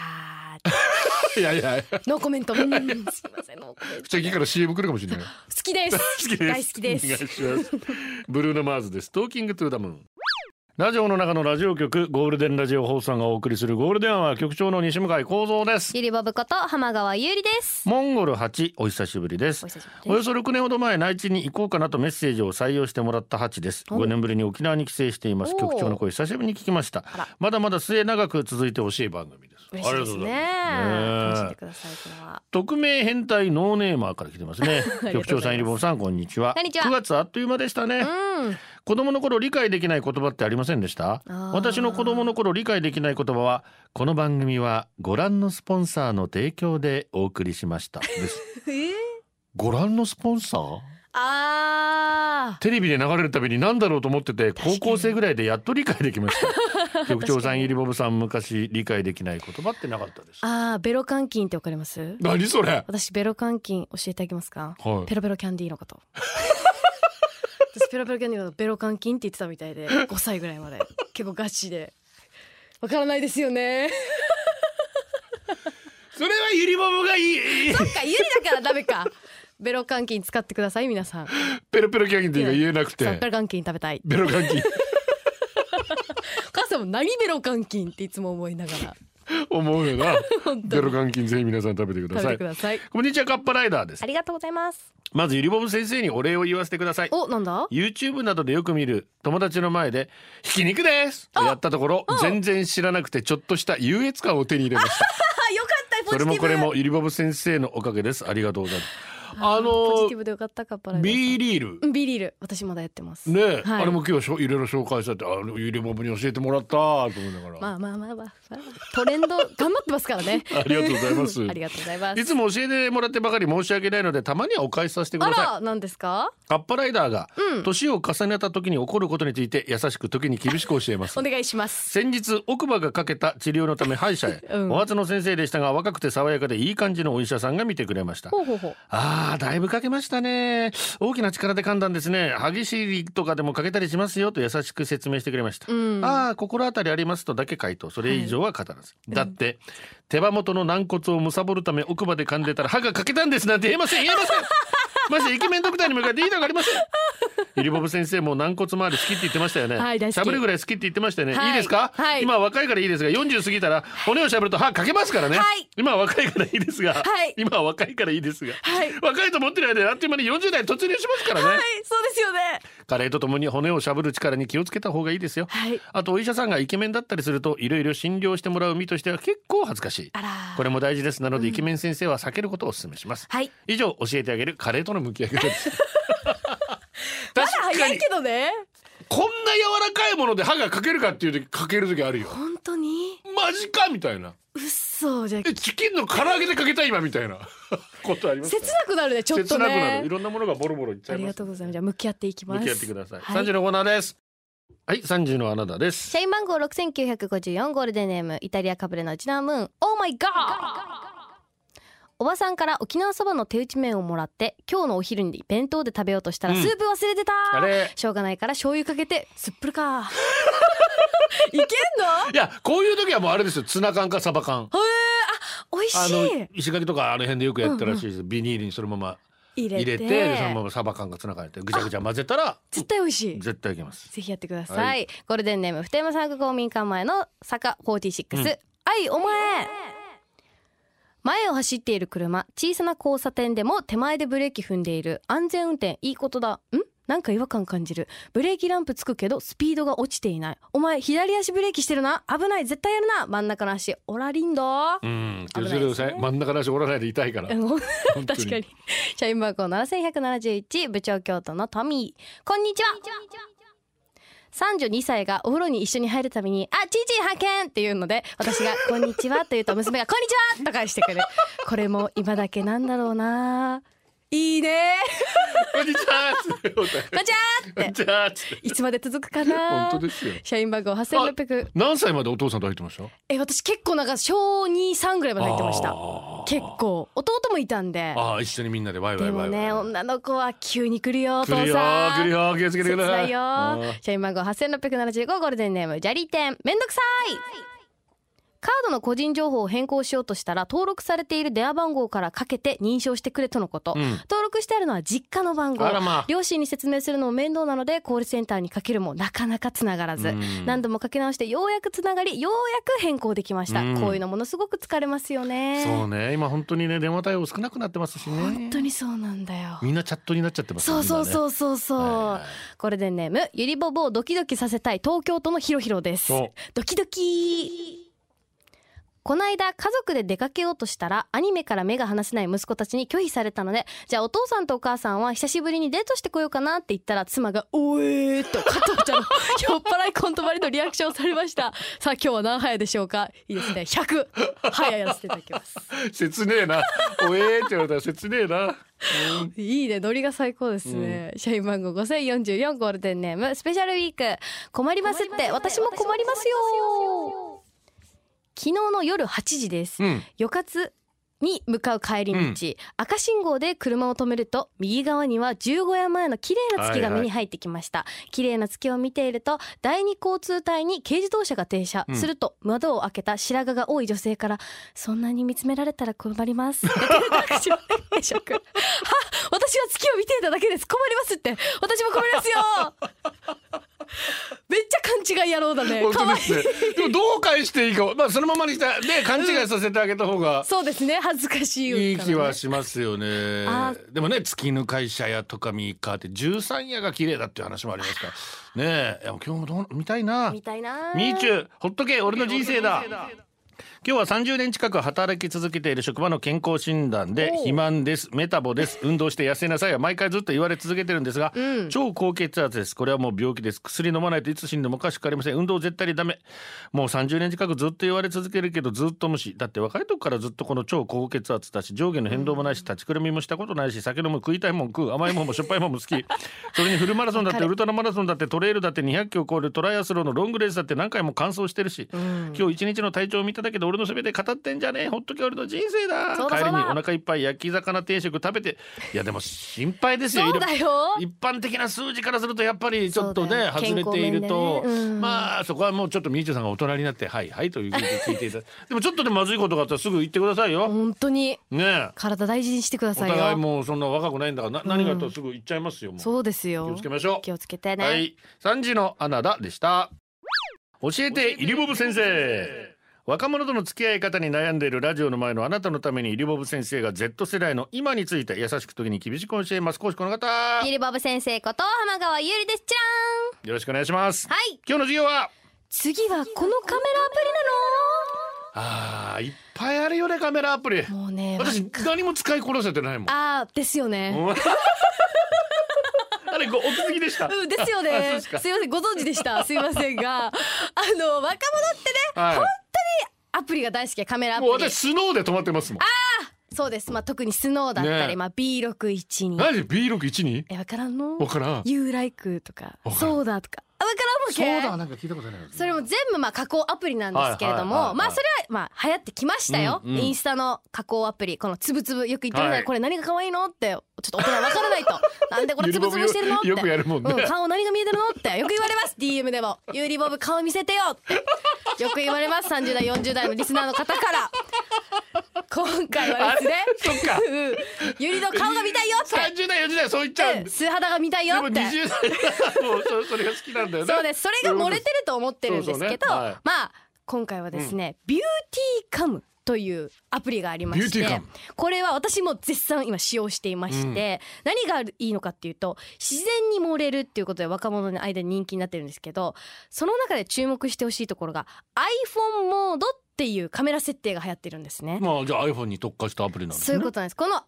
S2: や
S3: いやいや、
S2: ーノーコメント、うん、すみませんノーコメント
S3: じゃあ、から CM 来るかもしれない。
S2: 好きです大好きです
S1: お願いします。ブルーノマーズです。トーキングトゥーダムーン。ラジオの中のラジオ局ゴールデンラジオ放送がお送りするゴールデンは局長の西向井光三です。
S4: ゆりぼぶこと浜川ゆうりです
S1: モンゴル8お久しぶりです
S4: お久しぶり
S1: およそ6年ほど前内地に行こうかなとメッセージを採用してもらったハチです5年ぶりに沖縄に帰省しています
S2: おー
S1: 局長の声久しぶりに聞きました
S2: ら
S1: まだまだ末長く続いてほしい番組です
S2: 嬉しいですね楽しんでくださいこれは
S1: 匿名変態ノーネーマーから来てますね
S2: りがとうございま
S1: 局
S2: す
S1: 長さんリボンさんこんにちは
S4: こんにちは
S1: 9月あっという間でしたね、子供の頃理解できない言葉ってありませんでした
S2: ー
S1: 私の子供の頃理解できない言葉はこの番組はご覧のスポンサーの提供でお送りしましたです ご覧のスポンサー
S2: あ
S1: テレビで流れるたびに何だろうと思ってて高校生ぐらいでやっと理解できました局長さんゆりぼぶさん昔理解できない言葉ってなかったです
S2: ーあーベロ監禁ってわかります
S3: 何それ。
S2: 私ベロ監禁教えていただけますか、
S3: はい
S2: ペロペロキャンディーのこと私ペロペロキャンディーのことベロ監禁って言ってたみたいで5歳ぐらいまで結構ガチでわからないですよね
S1: それはゆりぼぶがいい
S2: そっかゆりだからダメかベロ監禁使ってください皆さん
S3: ペロペロキャギンって言えなく
S2: そう
S3: て
S2: ベ。ロ監禁食べたい
S3: ベロキャギン。
S2: お母さんも何ベロ監禁っていつも思いながら
S3: 思うよ な。ベロ監禁ぜひ皆さん食べてくだ
S2: 食べ
S3: さ
S2: て
S3: い
S2: く。ださい
S1: こんにちはカッパライダーです
S4: ありがとうございます
S1: まずゆりぼぶ先生にお礼を言わせてください
S2: おなんだ
S1: YouTube などでよく見る友達の前で「ひき肉です!」とやったところ全然知らなくてちょっとした優越感を手に入れました
S2: あよかったポ
S1: そ
S2: ジ
S1: れ
S2: ティブ
S1: もこれもゆりぼぶ先生のおかげですありがとうございますあ
S2: ポ
S1: の
S2: ジティブでよかったかっぱら
S1: ビーリール
S2: うんビリール私まだやってます
S1: ねえ、
S2: はい
S1: あれも今日しょいろいろ紹介されてあのゆりぼぶに教えてもらったと思いながら、
S2: まあまあまあまあまあトレンド頑張ってますからね
S1: ありがとうございます
S2: ありがとうございま
S1: い
S2: す
S1: つも教えてもらってばかり申し訳ないのでたまにはお返しさせてく
S2: あ
S1: ださい
S2: らなんですか
S1: カッパライダーが年を重ねた時に起こることについて優しく時に厳しく教えます
S2: お願いします
S1: 先日奥歯がかけた治療のため歯医者へ、
S2: うん
S1: お初の先生でしたが若くて爽やかでいい感じのお医者さんが見てくれました
S2: ほうほうほう
S1: あーだいぶかけましたね大きな力で噛んだんですね歯ぎしりとかでもかけたりしますよと優しく説明してくれました、
S2: うん
S1: ああ心当たりありますとだけ回答それ以上は語らず、だって、手羽元の軟骨を貪るため奥歯で噛んでたら歯が欠けたんですなんて言えません言えませんましてイケメンドクターに向かって言いたくありませんゆりぼぶ先生も軟骨周り好きって言ってましたよね、
S2: はい大好き
S1: しゃぶるぐらい好きって言ってましたよね、
S2: は
S1: い、
S2: い
S1: いですか、
S2: はい
S1: 今は若いからいいですが40過ぎたら骨をしゃぶると歯欠けますからね、
S2: はい
S1: 今は若いからいいですが、
S2: はい
S1: 今は若いからいいですが、
S2: はい
S1: 若いと思ってる間にあっという間に40代突入しますからね、
S2: はいそうですよね
S1: カレーとともに骨をしゃぶる力に気をつけた方がいいですよ、
S2: はい
S1: あとお医者さんがイケメンだったりするといろいろ診療してもらう身としては結構恥ずかしい
S2: あら
S1: これも大事ですなのでイケメン先生は避けることをお勧めします、
S2: はい
S1: 以上教えてあげるカレーとの向き合い方です
S2: まだ
S1: 確か
S2: 早い
S1: に
S2: けどね
S3: こんな柔らかいもので歯がかけるかっていう時かける時あるよ。
S2: 本当に
S3: マジかみたいな。
S2: 嘘じゃ
S3: えチキンの唐揚げでかけた今みたい なことあります
S2: 切
S3: か。
S2: なくなるねちょっ
S1: 切
S2: と
S1: なくなるい
S2: ね
S1: ろんなものがボロボロいっちゃ
S2: あ
S1: い
S2: り
S1: ま
S2: が
S1: す
S2: とうございますじゃあ向き合っていきます
S1: 向き合ってください、
S2: はい
S1: 三時のコーナーですはい三時のあなたです
S4: 社員番号6954ゴールデンネームイタリアかぶれのウチナームーンオーマイガーおばさんから沖縄そばの手打ち麺をもらって今日のお昼に弁当で食べようとしたら
S1: うん
S4: スープ忘れてた、
S1: あれ
S4: しょうがないから醤油かけて
S2: すっぷるか いけんの
S1: いやこういう時はもうあれですよツナ缶かサバ缶
S2: 美味
S1: あ
S2: し
S1: の
S2: い
S1: 石垣とかあの辺でよくやったらしいです、ビニールにそのまま
S5: 入れ
S1: 入
S5: て
S1: れてでそのままサバ缶がつながれてぐちゃぐちゃ混ぜたら
S5: 絶対美味しい
S1: 絶対いけます
S5: ぜひやってください、
S2: はい、ゴールデンネーム普天間産区公民館前の坂46、
S1: うん
S2: あいお前前を走っている車小さな交差点でも手前でブレーキ踏んでいる安全運転いいことだんなんか違和感感じるブレーキランプつくけどスピードが落ちていないお前左足ブレーキしてるな危ない絶対やるな真ん中の足オラリンド
S1: うん気
S2: 危
S1: を
S2: な
S1: つけ
S2: いですね
S1: てください真ん中の足折らないで痛いから
S2: うん
S1: 本当
S5: 確かに
S2: 社員番号7171部長京都のトミーこんにちは32歳がお風呂に一緒に入るたびに「あちいちい発見!」っていうので私 が「こんにちは」と言うと娘が「こんにちは!」と返してくるこれも今だけなんだろうないいね
S1: こんにちはっつってこんに
S2: こんにちはって
S1: ちはっつって
S2: いつまで続くか
S6: 本
S2: な
S6: 当ですよ
S2: 社員番号8600
S1: 何歳までお父さんと入ってました
S5: え私結構なんか小23ぐらいまで入ってました
S1: あー
S5: 結構弟もいたんで
S1: あー一緒にみんなでワイワ
S5: で
S1: イワ
S5: も
S1: イワイ
S5: ね女の子は急に来るよお父
S1: 来
S5: さん
S1: るよー来るよー気をつけて
S2: 切
S1: くださ
S2: ないいよ
S1: あー
S2: 社員番号8675ゴールデンネームジャリテンめんどくさいカードの個人情報を変更しようとしたら登録されている電話番号からかけて認証してくれとのこと、
S1: うん
S2: 登録してあるのは実家の番号
S1: あらまあ
S2: 両親に説明するのも面倒なのでコールセンターにかけるもなかなかつながらず、
S1: うん
S2: 何度もかけ直してようやくつながりようやく変更できました、
S1: うん
S2: こういうのものすごく疲れますよね
S1: そうね今本当にね電話対応少なくなってますし
S2: 本
S1: ね
S2: 当にそうなんだよ
S1: みんなチャットになっちゃってます
S2: そうそう
S1: う
S2: そうそうそう、これでネームゆりぼぼをドキドキさせたい東京都のひろひろです
S1: そう
S2: ドキドキこの間家族で出かけようとしたらアニメから目が離せない息子たちに拒否されたのでじゃあお父さんとお母さんは久しぶりにデートしてこようかなって言ったら妻が「おえー」と加藤ちゃんの 酔っ払いコントばりのリアクションをされましたさあ今日は何早でしょうかいいですね100早やらせていただきます
S1: 切ねえなおえーって言われたら切ねえない
S2: いねノリが最高ですね、社員番号5044ゴールデンネームスペシャルウィーク困りますって私も困りますよ昨日の夜8時です、
S1: うん
S2: 夜活に向かう帰り道、
S1: うん
S2: 赤信号で車を止めると右側には15夜前の綺麗な月
S1: は
S2: が
S1: いは
S2: 目
S1: い
S2: に入ってきました、綺麗な月を見ていると第二交通帯に軽自動車が停車、
S1: うん
S2: すると窓を開けた白髪が多い女性からそんなに見つめられたら困 ります。って連絡しましたでしょうかは私は月を見ていただけです困りますって私も困りますよ めっちゃ勘違い野郎だね
S1: 本
S2: 可
S1: 当で
S2: 愛い
S1: すねでもどう返していいかまあそのままにしたで勘違いさせてあげた方が
S2: そうですね恥ずかしい、
S1: いい気はしますよね
S2: あ
S1: でもね月の会社やとかミーカーって13夜が綺麗だっていう話もありますからねえいや今日もどう見たいな
S2: みたいな
S1: ミーチューほっとけ俺の人生だ今日は30年近く働き続けている職場の健康診断で肥満ですメタボです運動して痩せなさいは毎回ずっと言われ続けてるんですが、超高血圧ですこれはもう病気です薬飲まないといつ死んでもおかしくありません運動絶対にダメもう30年近くずっと言われ続けるけどずっと無視だって若い時からずっとこの超高血圧だし上下の変動もないし立ちくるみもしたことないし酒飲む食いたいもん食う甘いもんもしょっぱいもんも好きそれにフルマラソンだってウルトラマラソンだってトレイルだって200キロを超えるトライアスロンのロングレースだって何回も完走してるし、今日一日の体調を見ただけで俺のすべて語ってんじゃねえほっとけ俺の人生だ
S2: そうだ
S1: 帰りに
S2: そうだ
S1: お腹いっぱい焼き魚定食食べていやでも心配ですよ
S2: そうだよ
S1: 一般的な数字からするとやっぱりちょっと
S2: そうだ
S1: ね
S2: よ
S1: 外れていると、
S2: 健康面でねうん
S1: まあそこはもうちょっとみーちゅさんが大人になって「はいはい」というふうに聞いていただいてでもちょっとでもまずいことがあったらすぐ言ってくださいよ。
S2: 本当に
S1: ねえ
S2: 体大事にしてくだ
S1: お
S2: さいよ
S1: 互いもうそんな若くないんだからな何があったらすぐ言っちゃいますよもう
S2: そうですよ
S1: 気をつけましょう
S2: 気をつけてね、
S1: はい3時のアナダでした教えてイリボブ先生若者との付き合い方に悩んでいるラジオの前のあなたのためにイリボブ先生が Z 世代の今について優しく時に厳しく教えます講師この方
S2: ゆ
S1: よ
S2: りぼぶ先生こと浜川ゆりですちら
S1: ろしくお願いします
S2: んはい
S1: 今日の授業は
S2: 次はこのカメ
S1: あーいっぱいあるよねカメラアプリ
S2: ラアプリなのもうね
S1: 私何も使いこなせてないもん
S2: あーですよね
S1: うんあれごお気づきでした
S2: うんですよ
S1: あそう
S2: ね
S1: ですか
S2: すいませんご存知でしたすいませんがあの若者ってね
S1: は
S2: アプリが大好きカメラ
S1: い
S2: アプ
S1: もう
S2: リ
S1: 私スノーで止まってますもん
S2: そうですまあ特にスノーだったり、
S1: ね
S2: まあ B612 に
S1: 何 B61 に
S2: えわからんの
S1: わからん
S2: ユーライクとか
S1: わからん
S2: そうだとかあわ
S1: そう
S2: からん
S1: だ
S2: も
S1: なん
S2: んけ
S1: か聞いたことない
S2: それも全部まあ加工アプリなんですけれど
S1: はいはい
S2: も、
S1: はいはい
S2: まあそれはまあ流行ってきましたよ、
S1: うんうん
S2: インスタの加工アプリこのつぶつぶよく言ってるね、
S1: はい
S2: これ何が可愛いのってちょっと大人わからない となんでこれつぶつぶしてるのって
S1: よくやるもんね
S2: うん、顔何が見えてるのってよく言われます DM でも「ユーリボブ顔見せてよ」ってよく言われます30代40代のリスナーの方から今回はです
S3: そ
S2: ね
S3: っか
S2: うんゆりの 顔が見たいよって
S3: 30代40代そう言っちゃうん
S2: うん
S3: で
S2: 素肌が見たいよ
S3: も20
S2: って
S3: 代はもうそそれが好きなんだよね
S2: そうですそれが漏れてると思ってるんです
S3: そう
S2: け
S3: そうね
S2: ど
S3: はい
S2: まあ今回はですね、ビューティーカムというアプリがありまし
S3: ビューティー
S2: て
S3: カム
S2: これは私も絶賛今使用していまして、何がいいのかっていうと自然に漏れるっていうことで若者の間に人気になってるんですけどその中で注目してほしいところが iPhone モードっていうカメラ設定が流行ってるんですね。
S3: まあじゃあ iPhone に特化したアプリなんです
S2: そう
S3: ね
S2: いうことなんです。この iPhone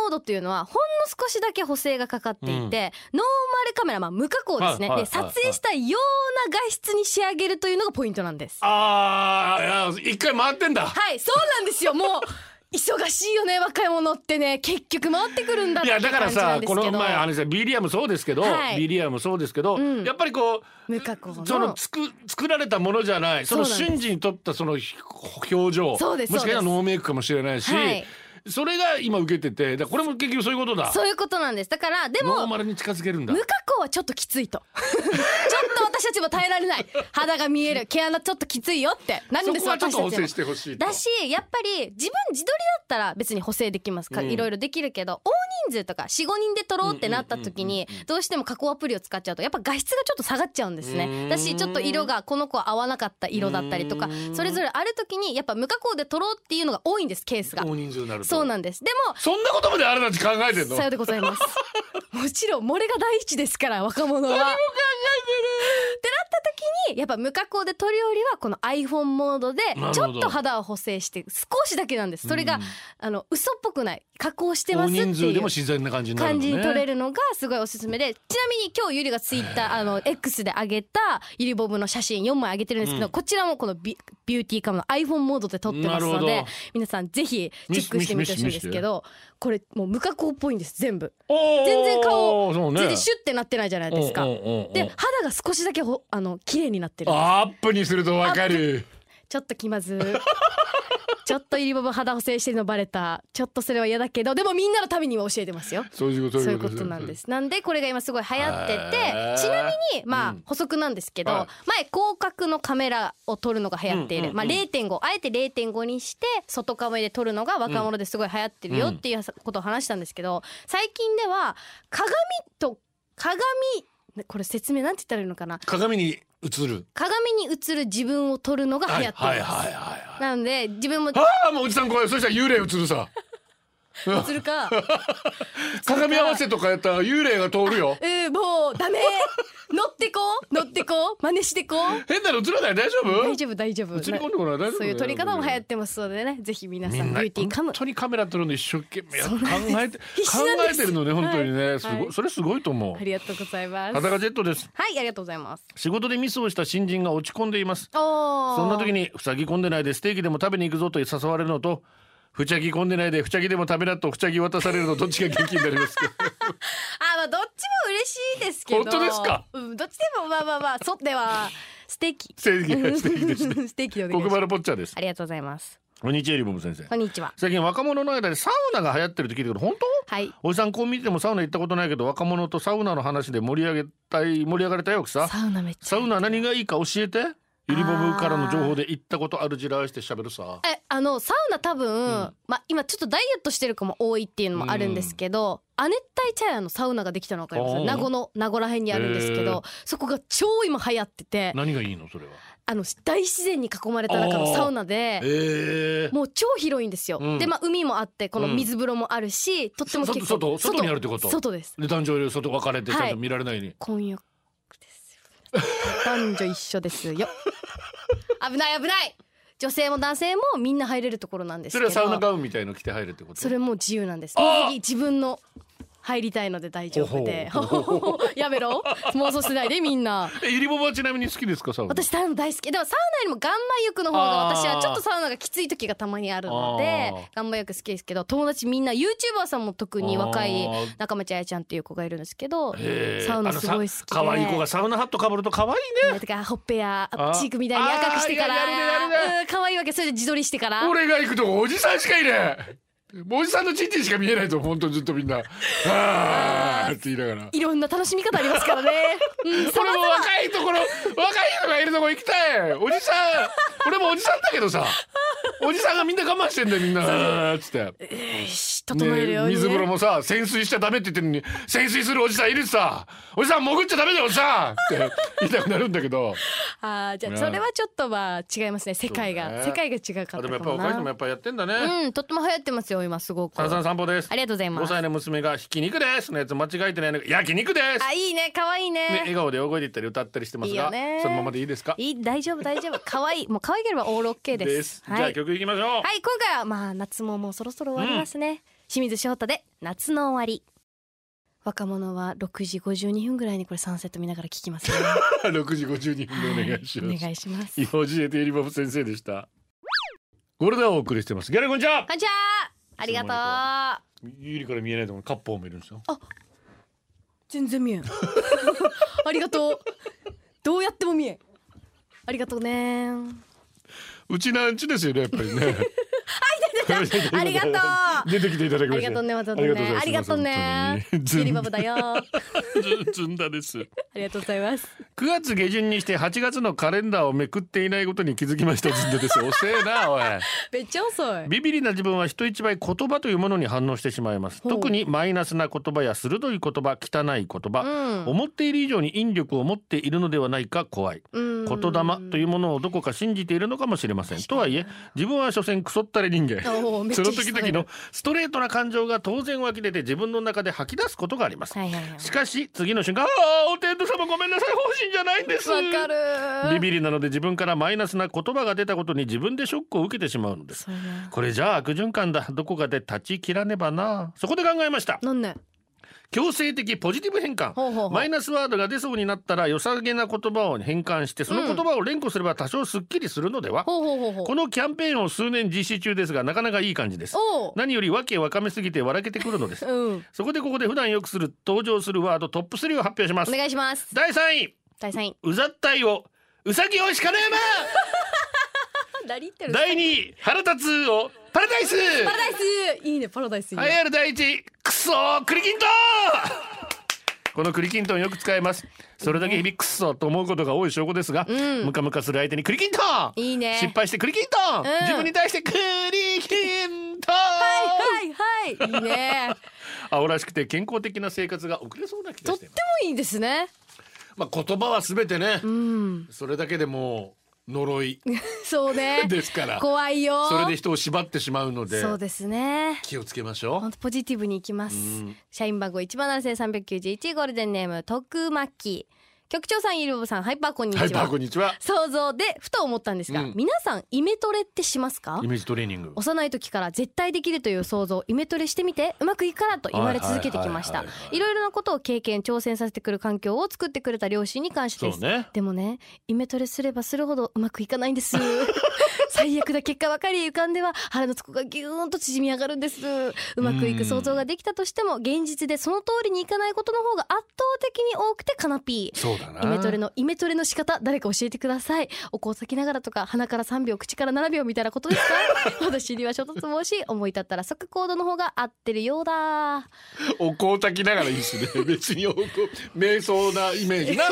S2: モードっていうのはほんの少しだけ補正がかかって
S3: う
S2: いて、
S3: ん
S2: ノーマルカメラまあ無加工ですね。
S3: はいはい
S2: で撮影したような画質に仕上げるというのがポイントなんです。
S3: ああ一回回ってん だ
S2: はい、そうなんですよ。もう忙しいよね若い者ってね結局回ってくるんだっ
S3: い
S2: てい
S3: や
S2: う
S3: だから
S2: 感じな
S3: さ
S2: んです
S3: こ
S2: けど。
S3: の前話したビリアもそうですけど、
S2: はい
S3: ビリアもそうですけど、
S2: うん
S3: やっぱりこう
S2: 無加工の
S3: その作作られたものじゃないその
S2: そうなんで
S3: 瞬
S2: す
S3: 時に撮ったそのひ表情もし
S2: そう
S3: か
S2: です
S3: したら
S2: そうです
S3: ノーメイクかもしれないし、
S2: はい
S3: それが今受けててだからこれも結局そういうことだ
S2: そういうことなんです。だからで
S3: ノー
S2: も。
S3: マルに近づけるんだ
S2: 無加工はちょっときついと ちょっと私たちも耐えられない肌が見える毛穴ちょっときついよってなる
S3: そ
S2: んです
S3: こはちょっ
S2: 私
S3: と補
S2: たちでも
S3: 正してほしいと
S2: だしやっぱり自分自撮りだったら別に補正できますか、
S3: うん
S2: いろいろできるけど大人数とか45人で撮ろうってなった時にどうしても加工アプリを使っちゃうとやっぱ画質がちょっと下がっちゃうんです
S3: う
S2: ね
S3: ん
S2: だしちょっと色がこの子は合わなかった色だったりとか
S3: うん
S2: それぞれある時にやっぱ無加工で撮ろうっていうのが多いんですケースが
S3: 大人数になると
S2: そうなんですでも
S3: そんなことまであるなんて考えてんの
S2: さようでございます もちろん漏れが第一ですから若者は何も考えてるってなった時にやっぱ無加工で撮るよりはこの iPhone モードで
S3: なるほど
S2: ちょっと肌を補正して少しだけなんですそれが、
S3: うん
S2: あの嘘っぽくない加工してま
S3: 大
S2: すって
S3: 人数
S2: い
S3: でも
S2: う
S3: 自然な感じになる
S2: 感
S3: のね
S2: じに撮れるのがすごいおすすめでちなみに今日ゆりがツイッターあの X で上げたゆりボブの写真4枚上げてるんですけど、こちらもこのビビューティーカムの iPhone モードで撮ってますの
S3: なる
S2: で
S3: ほど
S2: 皆さんぜひチェックしてみてほしいんですけどこれもう無加工っぽいんです全部
S3: おー
S2: 全然顔
S3: そうね
S2: 全然シュッてなってないじゃないですか
S3: うんうんうんうん
S2: で肌が少しだけほあの綺麗になってる
S3: アップにするとわかる
S2: ちょっと気まずいちょっとイリボブ肌補正してるのバレたちょっとそれは嫌だけどでもみんなのためには教えてますよ
S3: そういうこと
S2: そういうことなんですす。なんでこれが今すごい流行ってて
S3: へー、
S2: ちなみに
S3: う
S2: まあ
S3: ん
S2: 補足なんですけど、
S3: は
S2: 前広角のカメラを撮るのが流行ってい
S3: うんうん
S2: る。
S3: うん
S2: まあ0.5あえて0.5にして外カメで撮るのが若者ですごい流行ってるよっていうことを話したんですけど、最近では鏡と鏡これ説明なんて言ったらいいのかな
S3: 鏡に映る
S2: 鏡に映る自分を撮るのが流行って
S3: はいい
S2: ま
S3: はいはい
S2: す
S3: はい
S2: なので自分も
S3: ああもうおじさん怖いそしたら幽霊映るさ
S2: 映 るか
S3: 鏡合わせとかやったら幽霊が通るよ
S2: えーもうダメ乗ってこう乗ってこう真似してこう
S3: 変なの映らない大丈夫
S2: 大丈夫大丈夫
S3: 映り込んでこない大丈夫
S2: そういう撮り方も流行ってますのでねぜひ皆
S3: み
S2: さ
S3: ん
S2: んビ
S3: な
S2: ューティーカム
S3: 本当にカメラ撮るの一生懸命やっ
S2: そ
S3: 考
S2: うなん
S3: えて
S2: です
S3: 考
S2: 必死なんで
S3: え
S2: す
S3: てるのね本当に
S2: は
S3: ね
S2: い
S3: すご
S2: はい
S3: いそれすごいと思
S2: ありがとうございま
S3: う
S2: すは
S3: 裸ジェットです
S2: いありがとうございます
S1: 仕事でミスをした新人が落ち込んでいます
S2: お
S1: そんな時にふさぎ込んでないでステーキでも食べに行くぞと誘われるのとふちゃぎ込んでないでふちゃぎでも食べなとふちゃぎ渡されるのどっちが元気になり ますか
S2: あまあどっちも嬉しいですけど
S3: 本当ですか
S2: うんどっちでもまあまあまあそではステーキ
S1: ステーキがステーキですね
S2: ステーキでお願い
S1: 黒
S2: します
S1: 丸ポッチャです
S2: ありがとうございます
S1: こんにちはリボブ先生
S2: こんにちは
S1: 最近若者の間でサウナが流行ってるって聞いてるけど本当
S2: はい
S1: おじさんこう見ててもサウナ行ったことないけど若者とサウナの話で盛り上げたい盛り上がりたいわけさ
S2: サウナめっち
S1: サ
S2: ゃ
S1: ウナ何がいいか教えてゆりぼぶからの情報で行ったことあるじらして喋るさ
S2: えあのサウナ多分、まあ今ちょっとダイエットしてる子も多いっていうのもあるんですけど、亜熱帯茶屋のサウナができたの分かりま
S1: あ
S2: す
S1: ー
S2: 名護の名護ら辺にあるんですけ
S1: へ
S2: ど
S1: ー
S2: そこが超今流行ってて
S1: 何がいいのそれは
S2: あの大自然に囲まれた中のサウナで
S1: ええ
S2: もう超広いんですよ、
S1: うん
S2: でまあ海もあってこの水風呂もあるし、とっても結構
S1: 外外外にあるってこと
S2: 外です
S1: で男女両外別れてちゃん
S2: はい
S1: と見られないように、
S2: 婚約ですよ男女一 緒ですよ危ない危ない女性も男性もみんな入れるところなんです
S1: そ
S2: け
S1: れ
S2: ど
S1: はサウナガウンみたいの着て入るってこと
S2: それも自由なんです
S1: あー
S2: 水着自分の入りたいので大丈夫で
S1: ほほ
S2: やめろ妄想しないでみんな
S1: えゆりぼぶはちなみに好きですかサウナ
S2: 私サウナ大好きでもサウナよりも岩盤浴の方が
S1: あー
S2: 私はちょっとサウナがきつい時がたまにあるので
S1: あー
S2: 岩盤浴好きですけど友達みんな YouTuber さんも特に若い
S1: あー
S2: 中町あやちゃんっていう子がいるんですけど
S1: えー
S2: サウナすごい好き
S1: あの
S2: で
S1: さ可愛い子がサウナハットかぶると可愛いね
S2: だからほっぺや
S1: あー
S2: チークみたいに赤くしてから
S1: あーやるねやるね
S2: うん可愛いわけそれで自撮りしてから
S3: 俺が行くとこおじさんしかいないおじさんのチンチンしか見えないと本当にずっとみんなあーって言いながら
S2: いろんな楽しみ方ありますからね、 うん、
S3: 俺も若いところ若い人がいるとこ行きたいおじさん俺もおじさんだけどさおじさんがみんな我慢してんだよみん なあーっつって
S2: よし整える
S3: ね
S2: ように、ね
S3: 水風呂もさ潜水しちゃダメって言ってるのに潜水するおじさんいるしさおじさん潜っちゃダメだよおじさんって言いたくなるんだけど
S2: あーじゃあそれはちょっとまあ違いますね世
S3: そ
S2: 界
S3: う
S2: が、
S3: ね
S2: 世界が違か
S1: あ
S2: った
S1: でもや
S2: か
S1: っぱ
S2: も
S1: 若い人も
S2: な
S1: やっぱやってんだね、
S2: うんとっても流行ってますよ今すごく
S1: さんさん散歩です
S2: ありがとうございま
S1: 5
S2: す
S1: 歳の娘が「ひき肉です」のやつ間違えてないのが「焼き肉です
S2: あいいね可愛いね」
S1: ね笑顔で大声で言ったり歌ったりしてます
S2: いいよ
S1: が
S2: ね
S1: そのままでいいですか
S2: いい大丈夫大丈夫可愛いもう可愛ければオールオッケーです
S1: ですじ
S2: はい
S1: ゃあ曲いきましょう
S2: はい今回はまあ夏ももうそろそろ終わりますね、清水翔太で夏の終わり若者は6時52分ぐらいにこれサンセット見ながら聞 きますね
S3: 6時52分でお願いし
S2: は
S3: ま
S2: お
S3: す
S2: 願いします
S1: 伊保寺エテリボブ先生でしたこれではお送りしてますギャルこんにちは
S2: こんにちはありがとう
S1: ゆりから見えないと思うカッポーもいるんですよ
S2: 全然見えん ありがとうどうやっても見えんありがとうね
S3: うちなんちですよねやっぱりね
S2: ありがとう あ
S3: 出てきていただきまし
S2: り
S3: て
S2: がとうねまたねありがとうね
S3: ず
S2: ジリバ
S3: ん
S2: ブだよあ
S3: ずんだです9
S2: りがとうございます
S1: 月下旬にして8月のカレンダーをめくっていないことに気づきましたずんだです遅えなお い
S2: めっちゃ 遅い
S1: ビビリな自分は人一倍言葉というものに反応してしまいます
S2: ほう
S1: 特にマイナスな言葉や鋭い言葉汚い言
S2: う
S1: 葉、
S2: ん
S1: 思っている以上に引力を持っているのではないか怖い
S2: うん
S1: 言霊というものをどこか信じているのかもしれませんとはいえ自分は所詮クソったれ人間
S2: おーめっ
S1: そ
S2: ちゃ
S1: の
S2: 引き
S1: 時
S2: 下がる
S1: 々のストレートな感情が当然湧き出て自分の中で吐き出すことがあります
S2: はいはいはい
S1: しかし次の瞬間「ああお天道様ごめんなさい本心じゃないんです」
S2: わかる
S1: ビビリなので自分からマイナスな言葉が出たことに自分でショックを受けてしまうのです
S2: そうやな
S1: これじゃあ悪循環だどこかで断ち切らねばなそこで考えました
S2: なんね
S1: 強制的ポジティブ変換
S2: ほうほうほう
S1: マイナスワードが出そうになったら良さげな言葉を変換してその言葉を連呼すれば多少すっきりするのでは、
S2: ほうほうほうほう
S1: このキャンペーンを数年実施中ですがなかなかいい感じです
S2: お
S1: 何より訳わかめすぎて笑けてくるのです
S2: ううん
S1: そこでここで普段よくする登場するワードトップ3を発表しま
S2: お
S1: す
S2: 願いします
S1: 第3位
S2: 第三位
S1: うざったいをうさぎをしかね
S2: 何言って
S1: 山第2位腹立つをパラダイス
S2: パラダイスいいねパラダイスいいね
S1: 栄えある第一位クソー栗きんとんこの栗きんとんよく使いますそれだけ日々クソと思うことが多い証拠ですが、
S2: うん
S1: ムカムカする相手に栗きんとん
S2: いいね
S1: 失敗して栗きんとん、
S2: うん
S1: 自分に対して栗きんとん
S2: はいはいはいいいね
S1: 青らしくて健康的な生活が送れそうな気が
S2: とっ
S1: しててい
S2: も
S1: ます
S2: いいですね
S3: まあ言葉はすべてね
S2: うん
S3: それだけでもう呪い
S2: そうね
S3: ですから
S2: 怖いよ
S3: それで人を縛ってしまうので
S2: そうですね
S3: 気をつけましょう
S2: 本当ポジティブにいきます
S3: うん
S2: 社員番号一番七千三百九十一ゴールデンネーム徳巻局長さんゆるぼさんハイパーこんにち
S3: は
S2: はい
S3: パーこんにちは
S2: 想像でふと思ったんですが、
S3: うん
S2: 皆さんイメトレってしますか
S1: イメージトレーニング
S2: 幼い時から絶対できるという想像イメトレしてみてうまくいくからと言われ続けてきました
S1: はいはいはいはい
S2: いろいろなことを経験挑戦させてくる環境を作ってくれた両親に感謝
S1: そ
S2: で
S1: う
S2: す、
S1: ね
S2: でもねイメトレすればするほどうまくいかない んです最悪な結果ばかり浮かんでは腹の底がギューンと縮み上がるんですうまくいく想像ができたとしても現実でその通りにいかないことの方が圧倒的に多くてカナピー
S3: そうだな
S2: イメトレのイメトレの仕方誰か教えてくださいお香を咲きながらとか鼻から3秒口から7秒みたいなことで すか私には衝突申し思い立ったら即行動の方が合ってるようだ
S3: お香を炊きながらいいですね 別にお香瞑想なイメージな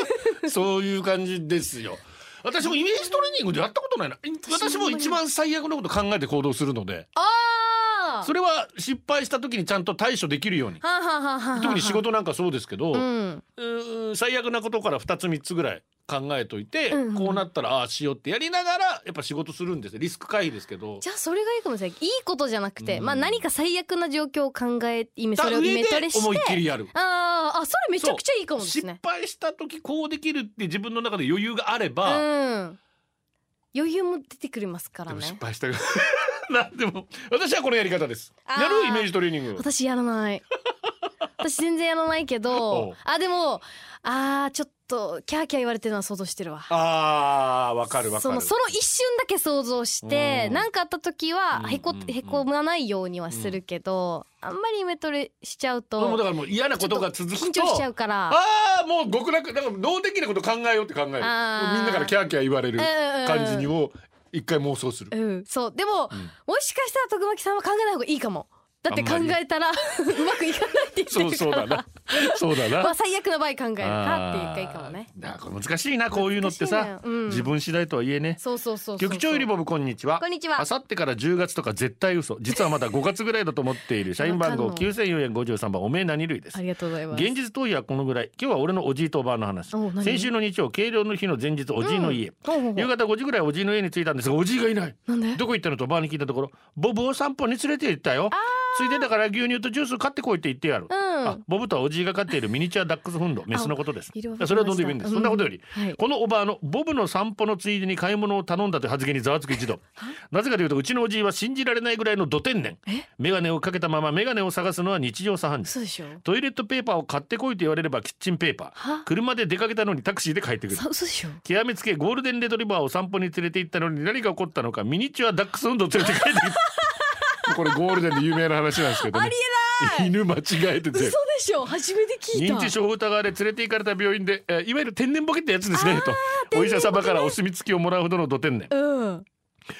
S3: そういう感じですよ私もイメージトレーニングでやったことないな私も一番最悪のこと考えて行動するので
S2: あ
S1: それは失敗した時にちゃんと対処できるように
S2: あはあはあはあはあ
S1: 特に仕事なんかそうですけど、
S2: うん
S1: うーん最悪なことから2つ3つぐらい考えといて、
S2: うんうん
S1: こうなったらああしようってやりながらやっぱ仕事するんですよリスク回避ですけど
S2: じゃあそれがいいかもしれないいいことじゃなくて、
S1: うん
S2: まあ何か最悪な状況を考えイメそれをイ
S1: 上
S2: メ
S1: で
S2: トレして
S1: 思いっきりやる
S2: あーあそれめちゃくちゃいいかもです
S1: 失
S2: ね
S1: 敗した時こうできるって自分の中で余裕があれ
S2: う
S1: ば、
S2: ん余裕も出てくれますから
S1: でも失
S2: ね
S1: 敗した なんでも私はこのやり方です
S2: あー
S1: やるイメージトレーニング
S2: 私やらない 私全然やらないけ
S1: お
S2: ど
S1: う
S2: あでもあーちょっとキャーキャー言われてるのは想像してるわ
S1: あーわかるわか
S2: その
S1: る
S2: その一瞬だけ想像して
S1: うん
S2: 何かあった時はへこ
S1: うんうんうん
S2: へこまないようにはするけどあんまりイメトレしちゃう
S1: 俺もだか
S2: と
S1: らもう嫌なことが続くと
S2: 緊張しちゃうから
S1: ああもう極楽なんか脳的なこと考えようって考えるみんな
S2: あー
S1: からキャーキャー言われる
S2: うんうん
S1: 感じにを一回妄想する
S2: うん、そうでも、もしかしたら徳巻さんは考えない方がいいかもだって考
S1: あんま
S2: えたら うまくいかないって
S1: そ
S2: 言っ
S1: う
S2: て
S1: そう
S2: るか
S1: だ
S2: ら
S1: なそうだな
S2: まあ最悪の場合考えるかっていうかいいかもね
S1: あーなんか難しいなこういうのってさ
S2: 難しいねうん
S1: 自分次第とはいえね
S2: そうそうそうそう
S1: 局長よりもこんにちは
S2: こんにちは
S1: あさってから10月とか絶対嘘実はまだ5月ぐらいだと思っている社員番号
S2: わかんの
S1: 9453番おめえ何類です
S2: ありがとうございます
S1: 現実逃避はこのぐらい今日は俺のおじいとおばあの話
S2: お何
S1: 先週の日曜計量の日の前日おじいの家、
S2: ほうほうほ
S1: 夕
S2: う
S1: 方5時ぐらいおじいの家に着いたんですがおじいがいない
S2: なんで
S1: どこ行ったのとばあに聞いたところボブを散歩に連れて行ったよついでだから牛乳とジュース買ってこいって言ってやる、あボブとはおじいが飼っているミニチュアダックスフンドメスのことです
S2: いろいろ
S1: それはどうでもいいんです、
S2: うん
S1: そんなことより、
S2: はい
S1: このおばあのボブの散歩のついでに買い物を頼んだという発言にざわつく 一度なぜかというとうちのおじいは信じられないぐらいの土天然眼鏡をかけたまま眼鏡を探すのは日常茶飯事
S2: そうでしょ
S1: トイレットペーパーを買ってこいと言われればキッチンペーパー
S2: は
S1: 車で出かけたのにタクシーで帰ってくる
S2: さ嘘でしょ
S1: 極めつけゴールデンレトリバーを散歩に連れて行ったのに何が起こったのかミニチュアダックスフンドを連れて帰ってきた これゴールデンで有名な話なんですけどね犬間違えて
S2: 嘘で
S1: て
S2: しょ初めて聞いた
S1: 認知症を疑われ連れて行かれた病院で、えーいわゆる天然ボケってやつですねとお医者様からお墨付きをもらうほどの土天然
S2: うん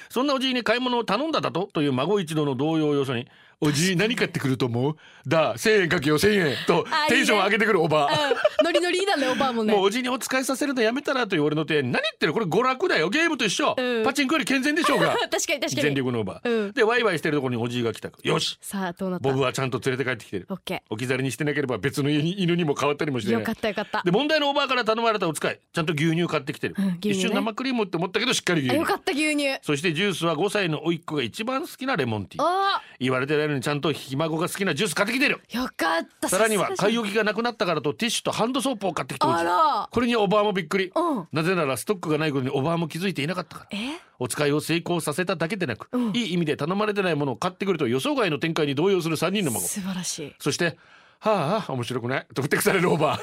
S1: そんなおじいに買い物を頼んだだとという孫一同の動揺をよそに「おじい何買ってくると思う?」だ1,000円かけよ1,000円と
S2: あいいね
S1: テンションを上げてくるおばあ。
S2: うんノリノリだねおばあもね
S1: もうおじいにお使いさせるのやめたらという俺の提案何言ってるこれ娯楽だよゲームと一緒、
S2: うん
S1: パチンコより健全でしょうが
S2: 確かに確かに
S1: 全力のおばあ、
S2: うん
S1: でワイワイしてるところにおじいが来たよし
S2: さあどうなった
S1: ボブはちゃんと連れて帰ってきてる
S2: オッケ
S1: 置き去りにしてなければ別の家に犬にも変わったりもし
S2: ー
S1: てな
S2: よ
S1: い
S2: かったよかった
S1: で問題のおばあから頼まれたお使いちゃんと牛乳買ってきてる、
S2: うん牛乳ね
S1: 一瞬生クリームって思ったけどしっかり牛
S2: あ
S1: 乳
S2: よかった牛乳
S1: そしてジュースは5歳の甥っ子が一番好きなレモンティー
S2: あ
S1: 言われてないのにちゃんとひ孫が好きなジュース買ってきてる
S2: ーよかった
S1: さらには
S2: さすが
S1: 買い置きがなくなったからとティッシュとハンドソープを買ってきておじい
S2: あら
S1: これにおばあもびっくり、
S2: うん
S1: なぜならストックがないことにおばあも気づいていなかったから
S2: え
S1: お使いを成功させただけでなく、
S2: うん
S1: いい意味で頼まれてないものを買ってくるという予想外の展開に動揺する3人の孫
S2: 素晴らしい
S1: そして「はあ面白くない」とふてくされるおばあ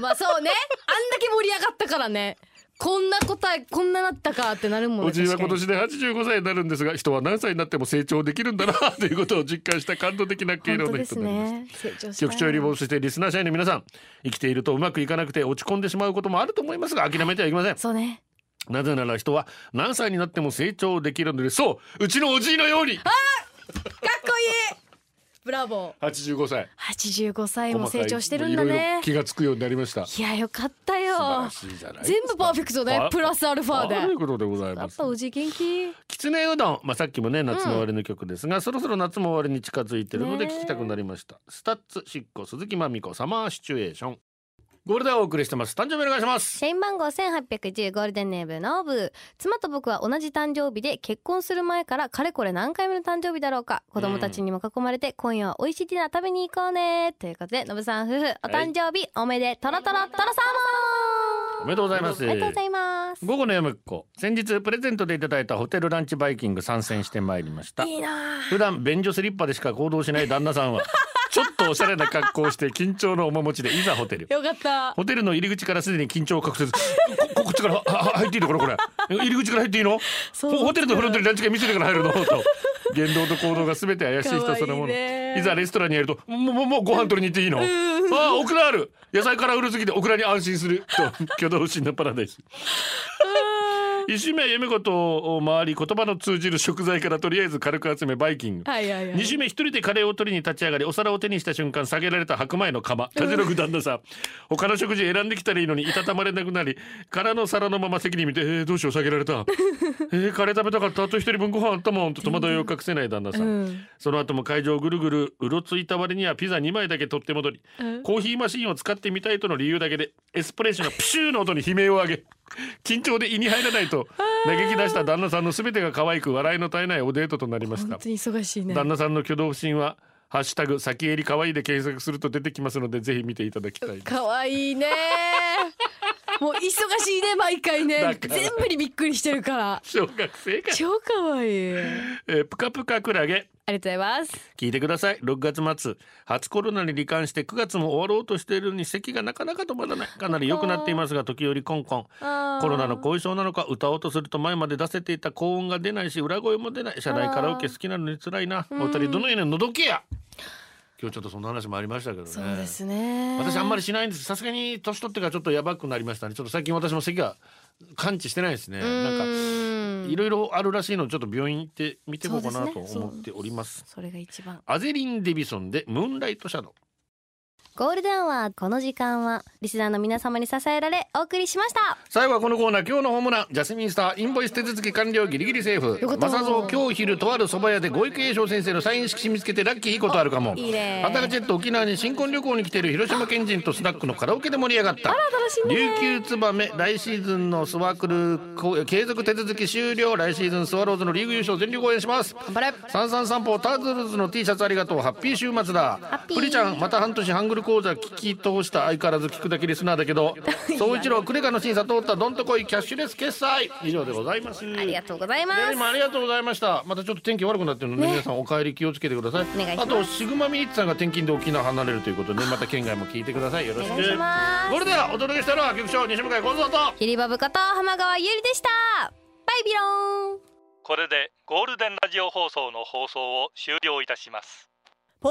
S2: まあそうねあんだけ盛り上がったからねこんな答えこんななったかってなるもんね
S1: おじいは
S2: 確か
S1: 今
S2: に
S1: 年で85歳になるんですが人は何歳になっても成長できるんだなということを実感した感動的な経路
S2: 本当
S1: の
S2: で
S1: 人
S2: す
S1: になりました。
S2: ね成長した
S1: 局長よりもそしてリスナー社員の皆さん生きているとうまくいかなくて落ち込んでしまうこともあると思いますが諦めてはいけません
S2: そうね
S1: なぜなら人は何歳になっても成長できるのでそううちのおじいのように
S2: かっこいいブラボー
S1: 85歳
S2: 85歳も
S1: 細かい
S2: 成長してるんだ
S1: いろいろ
S2: ね
S1: 気がつくようになりました素
S2: いやよかった
S1: 晴
S2: よ
S1: らしいじゃない
S2: 全部パーフェクトね
S1: あ
S2: プラスアルファで
S1: ということでござい
S2: や
S1: ま
S2: っ
S1: す
S2: ぱおじい元気
S1: きつねうどんまあさっきもね夏の終わりの曲ですが、そろそろ夏も終わりに近づいてるので
S2: ねえ
S1: 聞きたくなりました、スタッツしっこ鈴木まみこサマーシチュエーションゴールデンをお送りしてます誕生日お願いします
S7: 社員番号1810ゴールデンネームノーブ妻と僕は同じ誕生日で結婚する前からかれこれ何回目の誕生日だろうか子供たちにも囲まれて今夜は美味しいディナー食べに行こうねということでノブさん夫婦お誕生日おめでとろとろとろサー
S1: おめでとうございます
S7: モンありがとうございます
S1: 午後のやむっこ先日プレゼントでいただいたホテルランチバイキング参戦してまいりました
S2: いいな
S1: 普段便所スリッパでしか行動しない旦那さ んはちょっとおしゃれな格好をして緊張の面持ちでいざホテル
S2: よかった
S1: ホテルの入り口からすでに緊張を隠せずこここっちからああ入っていいのこれこれ入り口から入っていいの
S2: そう
S1: ホホテルのフロントにランチ会見せてから入るのと言動と行動が全て怪しい人そのも
S2: かわいい
S1: の
S2: ね
S1: いざレストランにやるともうもうもうご飯取りに行っていいのああオクラある野菜からうるすぎてオクラに安心すると挙動不審なパラダイス石目夢子と回り言葉の通じる食材からとりあえず軽く集めバイキング
S2: はいはいはい
S1: 二週目一人でカレーを取りに立ち上がりお皿を手にした瞬間下げられた白米の釜たじろぐ旦那さん他の食事選んできたらいいのにいたたまれなくなり空の皿のまま席に見て「えー、どうしよう下げられた」えー「カレー食べたかったあと一人分ご飯あったもん」と戸惑いを隠せない旦那さん、
S2: うん
S1: その後も会場をぐるぐるうろついた割にはピザ2枚だけ取って戻り、
S2: うん
S1: コーヒーマシンを使ってみたいとの理由だけでエスプレッショのプシューの音に悲鳴を上げ緊張で胃に入らないと嘆き出した旦那さんの全てが可愛く笑いの絶えないおデートとなりまし
S2: 本
S1: た
S2: 当。に忙しいね
S1: 旦那さんの挙動不審は「ハッシュタグ先襟可愛いで検索すると出てきますのでぜひ見ていただきたいです
S2: 可愛いねもう忙しいね毎回
S1: だ
S2: ね
S1: から
S2: 全部にびっくりしてるから
S1: 小学生か、
S2: 超可愛い
S1: えー、プカプカクラゲ
S2: ありがとうございます
S1: 聞いてください6月末初コロナに罹患して9月も終わろうとしているのに咳がなかなか止まらないかなり良くなっていますが時折コンコンコ
S2: コ
S1: ロナの後遺症なのか歌おうとすると前まで出せていた高音が出ないし裏声も出ない車内カラオケ好きなのに辛いなお二人どのようにのどけや今日ちょっとそんな話もありましたけどね
S2: そうですね
S1: 私あんまりしないんですさすがに年取ってからちょっとやばくなりましたねちょっと最近私も咳が完治してないですねなんか
S2: うん
S1: いろいろあるらしいのでちょっと病院行って見てこうかなと
S2: そうですね
S1: 思っております
S2: それが一番
S1: アゼリン・デビソンで「ムーンライト・シャドウ
S4: ゴールデンはこの時間はリスナーの皆様に支えられお送りしました」
S1: 最後はこのコーナー今日のホームランジャスミンスターインボイス手続き完了ギリギリセー
S2: よか
S1: フ
S2: った
S1: マサゾウ今日昼とある蕎麦屋でご育英翔先生のサイン色紙見つけてラッキーいいことあるかも
S2: いいね
S1: アタカチェット沖縄に新婚旅行に来てる広島県人とスナックのカラオケで盛り上がった琉球ツバメ来シーズンのスワークルこ継続手続き終了来シーズンスワローズのリーグ優勝全力応援します
S2: 頑張れ
S1: 三三散歩ターズルズの T シャツありがとうハッピー週末だ
S4: ッピー
S1: プリちゃんまた半年ハングル講座聞き通した相変わらず聞くだけリスナーだけど総一郎クレカの審査通ったどんとこいキャッシュレス決済以上でございます
S4: ありがとうございま
S1: いや
S4: す
S1: 今ありがとうございましたまたちょっと天気悪くなってるので、皆さんお帰り気をつけてください
S4: お願いします
S1: あとシグマミリッツさんが転勤で沖縄離れるということでまた県外も聞いてくださいよろしく
S4: お願いします
S1: それではお届けしたのは局長西向井幸三と
S4: キリバブこと浜川ゆりでしたバイビローン
S8: これでゴールデンラジオ放送の放送を終了いたします
S9: ポ